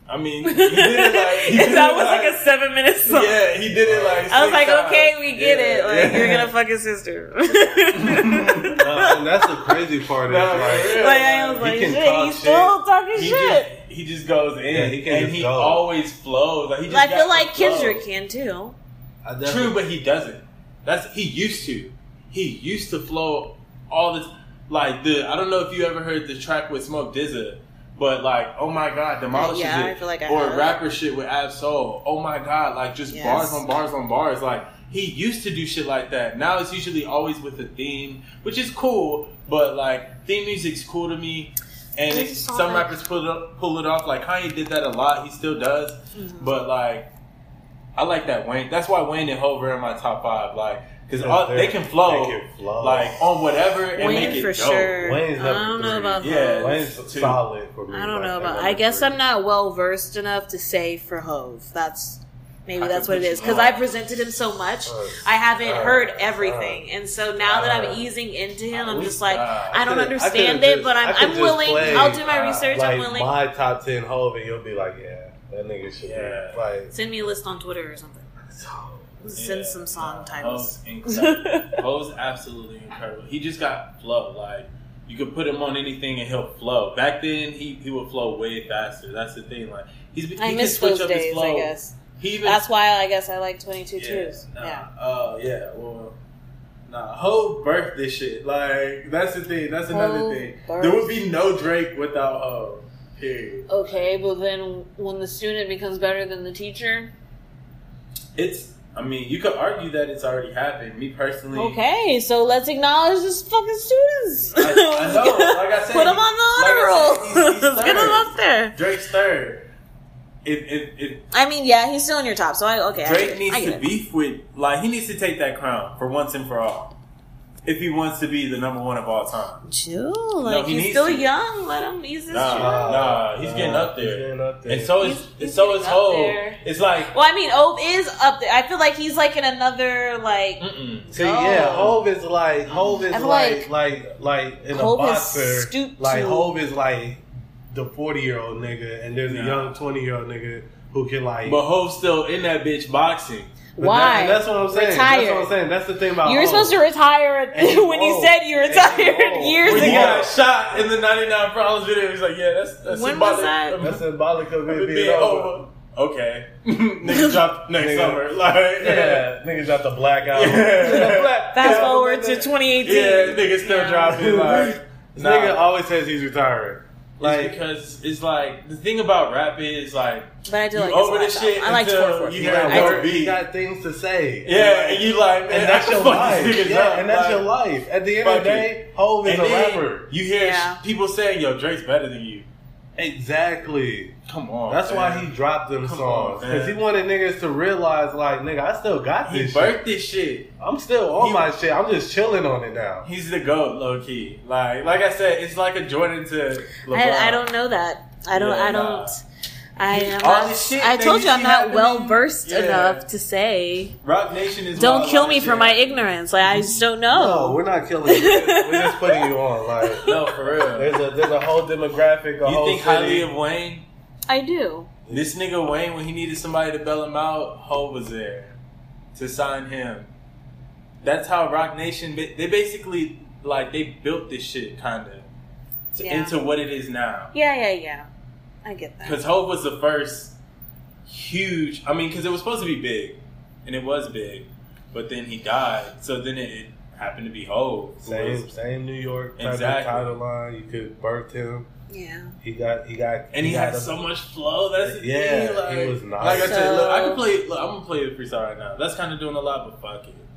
[SPEAKER 5] I mean, he did it like. He did
[SPEAKER 4] that
[SPEAKER 5] it
[SPEAKER 4] was like a seven minute song.
[SPEAKER 5] Yeah, he did it like.
[SPEAKER 4] I was
[SPEAKER 5] six
[SPEAKER 4] like,
[SPEAKER 5] times.
[SPEAKER 4] okay, we get
[SPEAKER 5] Yeah,
[SPEAKER 4] it. Like
[SPEAKER 5] yeah.
[SPEAKER 4] you're gonna fuck his sister.
[SPEAKER 3] No, and that's the crazy part. Is,
[SPEAKER 5] No, for
[SPEAKER 3] like,
[SPEAKER 5] real,
[SPEAKER 4] Like I was
[SPEAKER 5] he
[SPEAKER 4] like,
[SPEAKER 5] can
[SPEAKER 4] shit,
[SPEAKER 5] talk
[SPEAKER 4] he's still talking
[SPEAKER 5] He
[SPEAKER 4] shit.
[SPEAKER 5] just, he just goes in,
[SPEAKER 3] Yeah, he can
[SPEAKER 5] and
[SPEAKER 3] just
[SPEAKER 5] he
[SPEAKER 3] go.
[SPEAKER 5] always flows. Like he just
[SPEAKER 4] I
[SPEAKER 5] got
[SPEAKER 4] feel
[SPEAKER 5] the
[SPEAKER 4] like
[SPEAKER 5] flow.
[SPEAKER 4] Kendrick can too.
[SPEAKER 3] I
[SPEAKER 5] True,
[SPEAKER 3] definitely-
[SPEAKER 5] but he doesn't. That's he used to. He used to flow all the like the. I don't know if you ever heard the track with Smoke DZA, but like, oh my god, demolishes
[SPEAKER 4] Yeah,
[SPEAKER 5] it.
[SPEAKER 4] I feel like I
[SPEAKER 5] or
[SPEAKER 4] have.
[SPEAKER 5] rapper shit with Ab Soul. Oh my god, like just
[SPEAKER 4] Yes.
[SPEAKER 5] bars on bars on bars. Like he used to do shit like that. Now it's usually always with a theme, which is cool. But like theme music's cool to me. And
[SPEAKER 4] There's
[SPEAKER 5] it-
[SPEAKER 4] a song
[SPEAKER 5] some
[SPEAKER 4] that-
[SPEAKER 5] rappers pull it, up, pull it off. Like Kanye did that a lot. He still does.
[SPEAKER 4] Mm-hmm.
[SPEAKER 5] But like I like that Wayne. That's why Wayne and Hov are in my top five. Like, because
[SPEAKER 3] Yeah, they're-
[SPEAKER 5] they can flow,
[SPEAKER 3] they can flow.
[SPEAKER 5] like on whatever and
[SPEAKER 4] Wayne
[SPEAKER 5] make it
[SPEAKER 4] for
[SPEAKER 5] dope.
[SPEAKER 4] sure.
[SPEAKER 3] Wayne's
[SPEAKER 4] I
[SPEAKER 3] number
[SPEAKER 4] don't
[SPEAKER 3] three.
[SPEAKER 4] know about
[SPEAKER 5] Yeah.
[SPEAKER 4] yeah.
[SPEAKER 3] Wayne's
[SPEAKER 5] Two.
[SPEAKER 3] solid for me.
[SPEAKER 4] I don't
[SPEAKER 3] like,
[SPEAKER 4] know
[SPEAKER 3] at
[SPEAKER 4] about.
[SPEAKER 3] number
[SPEAKER 4] I guess
[SPEAKER 3] three.
[SPEAKER 4] I'm not well versed enough to say for Hove. That's maybe
[SPEAKER 5] I
[SPEAKER 4] that's
[SPEAKER 5] can
[SPEAKER 4] what it
[SPEAKER 5] put
[SPEAKER 4] is
[SPEAKER 5] you
[SPEAKER 4] because
[SPEAKER 5] on.
[SPEAKER 4] I presented him so much.
[SPEAKER 3] Uh,
[SPEAKER 4] I haven't
[SPEAKER 3] uh,
[SPEAKER 4] heard
[SPEAKER 3] uh,
[SPEAKER 4] everything, and so now that
[SPEAKER 3] uh,
[SPEAKER 4] I'm easing into him, I'm
[SPEAKER 5] we-
[SPEAKER 4] just like
[SPEAKER 5] uh,
[SPEAKER 4] I don't
[SPEAKER 3] I could've- I
[SPEAKER 4] understand
[SPEAKER 3] could've
[SPEAKER 4] it, but
[SPEAKER 3] just-
[SPEAKER 4] I'm
[SPEAKER 3] I could've
[SPEAKER 4] I'm
[SPEAKER 3] just
[SPEAKER 4] willing.
[SPEAKER 3] played,
[SPEAKER 4] I'll do my
[SPEAKER 5] uh,
[SPEAKER 4] research.
[SPEAKER 3] Like
[SPEAKER 4] I'm willing.
[SPEAKER 3] my top ten Hov, and you'll be like, yeah, that nigga should
[SPEAKER 5] Yeah.
[SPEAKER 3] be like.
[SPEAKER 4] Send me a list on Twitter or something. Send
[SPEAKER 5] Yeah.
[SPEAKER 4] some song titles.
[SPEAKER 5] Hov's incredible. Hov's absolutely incredible. He just got flow. Like you could put him on anything and he'll flow. Back then, he he would flow way faster. That's the thing. Like he's he
[SPEAKER 4] I
[SPEAKER 5] can
[SPEAKER 4] miss
[SPEAKER 5] switch
[SPEAKER 4] those
[SPEAKER 5] up his
[SPEAKER 4] days. I
[SPEAKER 5] flow.
[SPEAKER 4] guess
[SPEAKER 5] He even
[SPEAKER 4] that's why I guess I like 22 twos.
[SPEAKER 5] Nah,
[SPEAKER 4] Yeah.
[SPEAKER 5] Uh, yeah. Well, nah. Ho birthed this shit. Like that's the thing. That's another
[SPEAKER 4] Ho
[SPEAKER 5] thing.
[SPEAKER 4] birthed-
[SPEAKER 5] There would be no Drake without Ho. Period.
[SPEAKER 4] Okay, but then when the student becomes better than the teacher,
[SPEAKER 5] It's. I mean, you could argue that it's already happened. Me personally.
[SPEAKER 4] okay, so let's acknowledge this fucking students.
[SPEAKER 5] I- I know, like I said,
[SPEAKER 4] put them on the honor
[SPEAKER 5] like I said,
[SPEAKER 4] roll.
[SPEAKER 5] he's- he's
[SPEAKER 4] Let's get them
[SPEAKER 5] third.
[SPEAKER 4] up there.
[SPEAKER 5] Drake's third. If if, if
[SPEAKER 4] I mean, yeah, he's still in your top, so I okay. I get
[SPEAKER 5] Drake
[SPEAKER 4] it.
[SPEAKER 5] needs
[SPEAKER 4] I get
[SPEAKER 5] to
[SPEAKER 4] it.
[SPEAKER 5] beef with like he needs to take that crown for once and for all. If he wants to be the number one of all time.
[SPEAKER 4] chill. Like
[SPEAKER 5] he
[SPEAKER 4] he's
[SPEAKER 5] needs
[SPEAKER 4] still
[SPEAKER 5] to.
[SPEAKER 4] young. Let him use his
[SPEAKER 5] Nah,
[SPEAKER 4] shit.
[SPEAKER 5] nah, he's
[SPEAKER 3] Nah,
[SPEAKER 5] getting up there.
[SPEAKER 3] he's getting up there.
[SPEAKER 5] And so is
[SPEAKER 4] He's- he's
[SPEAKER 5] so is
[SPEAKER 4] getting up
[SPEAKER 5] Ho.
[SPEAKER 4] there.
[SPEAKER 5] It's like
[SPEAKER 4] Well, I mean, Ove is up there. I feel like he's like in another like.
[SPEAKER 5] mm-mm.
[SPEAKER 3] See,
[SPEAKER 4] Oh.
[SPEAKER 3] yeah, Hove is like Hove is
[SPEAKER 4] I'm
[SPEAKER 3] like like like in
[SPEAKER 4] Hov
[SPEAKER 3] a
[SPEAKER 4] is
[SPEAKER 3] boxer.
[SPEAKER 4] stooped
[SPEAKER 3] like
[SPEAKER 4] to-
[SPEAKER 3] Hove is like the forty year old nigga, and there's
[SPEAKER 5] Yeah.
[SPEAKER 3] a young twenty year old nigga who can like.
[SPEAKER 5] But Hope's still in that bitch boxing.
[SPEAKER 3] but
[SPEAKER 4] Why?
[SPEAKER 3] That, that's what I'm saying. That's what
[SPEAKER 4] Retire.
[SPEAKER 3] I'm saying. That's the thing about.
[SPEAKER 4] you were
[SPEAKER 3] Hov.
[SPEAKER 4] supposed to retire
[SPEAKER 3] And he
[SPEAKER 4] when you
[SPEAKER 3] old.
[SPEAKER 4] said you
[SPEAKER 3] And he
[SPEAKER 4] retired
[SPEAKER 3] old.
[SPEAKER 4] years
[SPEAKER 5] When
[SPEAKER 4] ago.
[SPEAKER 5] he got shot in the 99 Problems video, he's like, yeah, that's, that's
[SPEAKER 4] When
[SPEAKER 5] symbolic
[SPEAKER 4] was that?
[SPEAKER 5] of
[SPEAKER 3] That's symbolic of
[SPEAKER 5] it
[SPEAKER 3] it
[SPEAKER 5] being over. Okay. Nigga dropped next
[SPEAKER 3] Nigga.
[SPEAKER 5] summer. Like, yeah.
[SPEAKER 3] Yeah, niggas got the black out.
[SPEAKER 5] Yeah.
[SPEAKER 4] Fast forward to 2018.
[SPEAKER 5] Yeah, nigga still
[SPEAKER 4] Yeah.
[SPEAKER 5] dropping. Like,
[SPEAKER 3] This
[SPEAKER 5] nah.
[SPEAKER 3] nigga always says he's retiring.
[SPEAKER 5] Like,
[SPEAKER 3] Like,
[SPEAKER 5] because it's like, the thing about rap is like,
[SPEAKER 4] But I do
[SPEAKER 5] You
[SPEAKER 4] like
[SPEAKER 5] over
[SPEAKER 4] his
[SPEAKER 5] the
[SPEAKER 4] last
[SPEAKER 5] shit
[SPEAKER 4] album. I like
[SPEAKER 5] until
[SPEAKER 4] Tour Force.
[SPEAKER 5] you
[SPEAKER 3] he
[SPEAKER 5] hear
[SPEAKER 4] I
[SPEAKER 5] a
[SPEAKER 3] got,
[SPEAKER 4] do.
[SPEAKER 5] word
[SPEAKER 3] work, he
[SPEAKER 5] beat.
[SPEAKER 3] got things to say.
[SPEAKER 5] yeah, and you like, man,
[SPEAKER 3] and that's
[SPEAKER 5] I can
[SPEAKER 3] your
[SPEAKER 5] fuck
[SPEAKER 3] life.
[SPEAKER 5] these niggas
[SPEAKER 3] Yeah,
[SPEAKER 5] up.
[SPEAKER 3] and that's
[SPEAKER 5] like,
[SPEAKER 3] your life. At the end
[SPEAKER 5] fuck
[SPEAKER 3] of the day, Hove is
[SPEAKER 5] and
[SPEAKER 3] a
[SPEAKER 5] then
[SPEAKER 3] rapper.
[SPEAKER 5] You hear
[SPEAKER 4] Yeah.
[SPEAKER 5] sh- people saying, yo, Drake's better than you.
[SPEAKER 3] Exactly.
[SPEAKER 5] Come on.
[SPEAKER 3] That's
[SPEAKER 5] man.
[SPEAKER 3] why he dropped them
[SPEAKER 5] Come
[SPEAKER 3] songs
[SPEAKER 5] on, man.
[SPEAKER 3] because he wanted niggas to realize, like, nigga, I still got
[SPEAKER 5] He
[SPEAKER 3] this. shit.
[SPEAKER 5] birthed this shit.
[SPEAKER 3] I'm still on
[SPEAKER 5] he-
[SPEAKER 3] my shit. I'm just chilling on it now.
[SPEAKER 5] He's the goat, low key. Like, like I said, it's like a Jordan to LeBron.
[SPEAKER 4] I, I don't know that. I don't.
[SPEAKER 5] Yeah,
[SPEAKER 4] I
[SPEAKER 5] nah.
[SPEAKER 4] don't. I am
[SPEAKER 5] All
[SPEAKER 4] not,
[SPEAKER 5] this shit
[SPEAKER 4] I
[SPEAKER 5] that
[SPEAKER 4] told
[SPEAKER 5] you
[SPEAKER 4] you I'm
[SPEAKER 5] see
[SPEAKER 4] not
[SPEAKER 5] happening,
[SPEAKER 4] well versed
[SPEAKER 5] yeah.
[SPEAKER 4] enough to say.
[SPEAKER 5] Rock Nation is.
[SPEAKER 4] Don't
[SPEAKER 5] wild
[SPEAKER 4] kill
[SPEAKER 5] like
[SPEAKER 4] me for
[SPEAKER 5] that.
[SPEAKER 4] my ignorance. Like I just don't
[SPEAKER 3] No,
[SPEAKER 4] know.
[SPEAKER 3] we're not killing you. we're just putting you on. Like,
[SPEAKER 5] No, for real.
[SPEAKER 3] there's a there's a whole demographic. A
[SPEAKER 5] you
[SPEAKER 3] whole
[SPEAKER 5] think highly
[SPEAKER 3] city.
[SPEAKER 5] of Wayne?
[SPEAKER 4] I do.
[SPEAKER 5] This nigga Wayne, when he needed somebody to bail him out, Ho was there to sign him. That's how Rock Nation. ba- They basically like they built this shit kind of
[SPEAKER 4] Yeah.
[SPEAKER 5] into what it is now.
[SPEAKER 4] Yeah, yeah, yeah. I get that.
[SPEAKER 5] Because Hope was the first huge. I mean, because it was supposed to be big, and it was big, but then he died. So then it, it happened to be Hope. who
[SPEAKER 3] Same
[SPEAKER 5] was-
[SPEAKER 3] same New York type
[SPEAKER 5] Exactly.
[SPEAKER 3] of title line. You could birth him.
[SPEAKER 4] Yeah.
[SPEAKER 3] He got he got
[SPEAKER 5] And he
[SPEAKER 3] got
[SPEAKER 5] had
[SPEAKER 3] a-
[SPEAKER 5] so much flow. That's the
[SPEAKER 3] Yeah,
[SPEAKER 5] thing. Like,
[SPEAKER 3] it was nice.
[SPEAKER 5] Like I said, look, I
[SPEAKER 4] So-
[SPEAKER 5] could play. Look, I'm gonna play a freestyle right now. That's kind of doing a lot, but fuck it.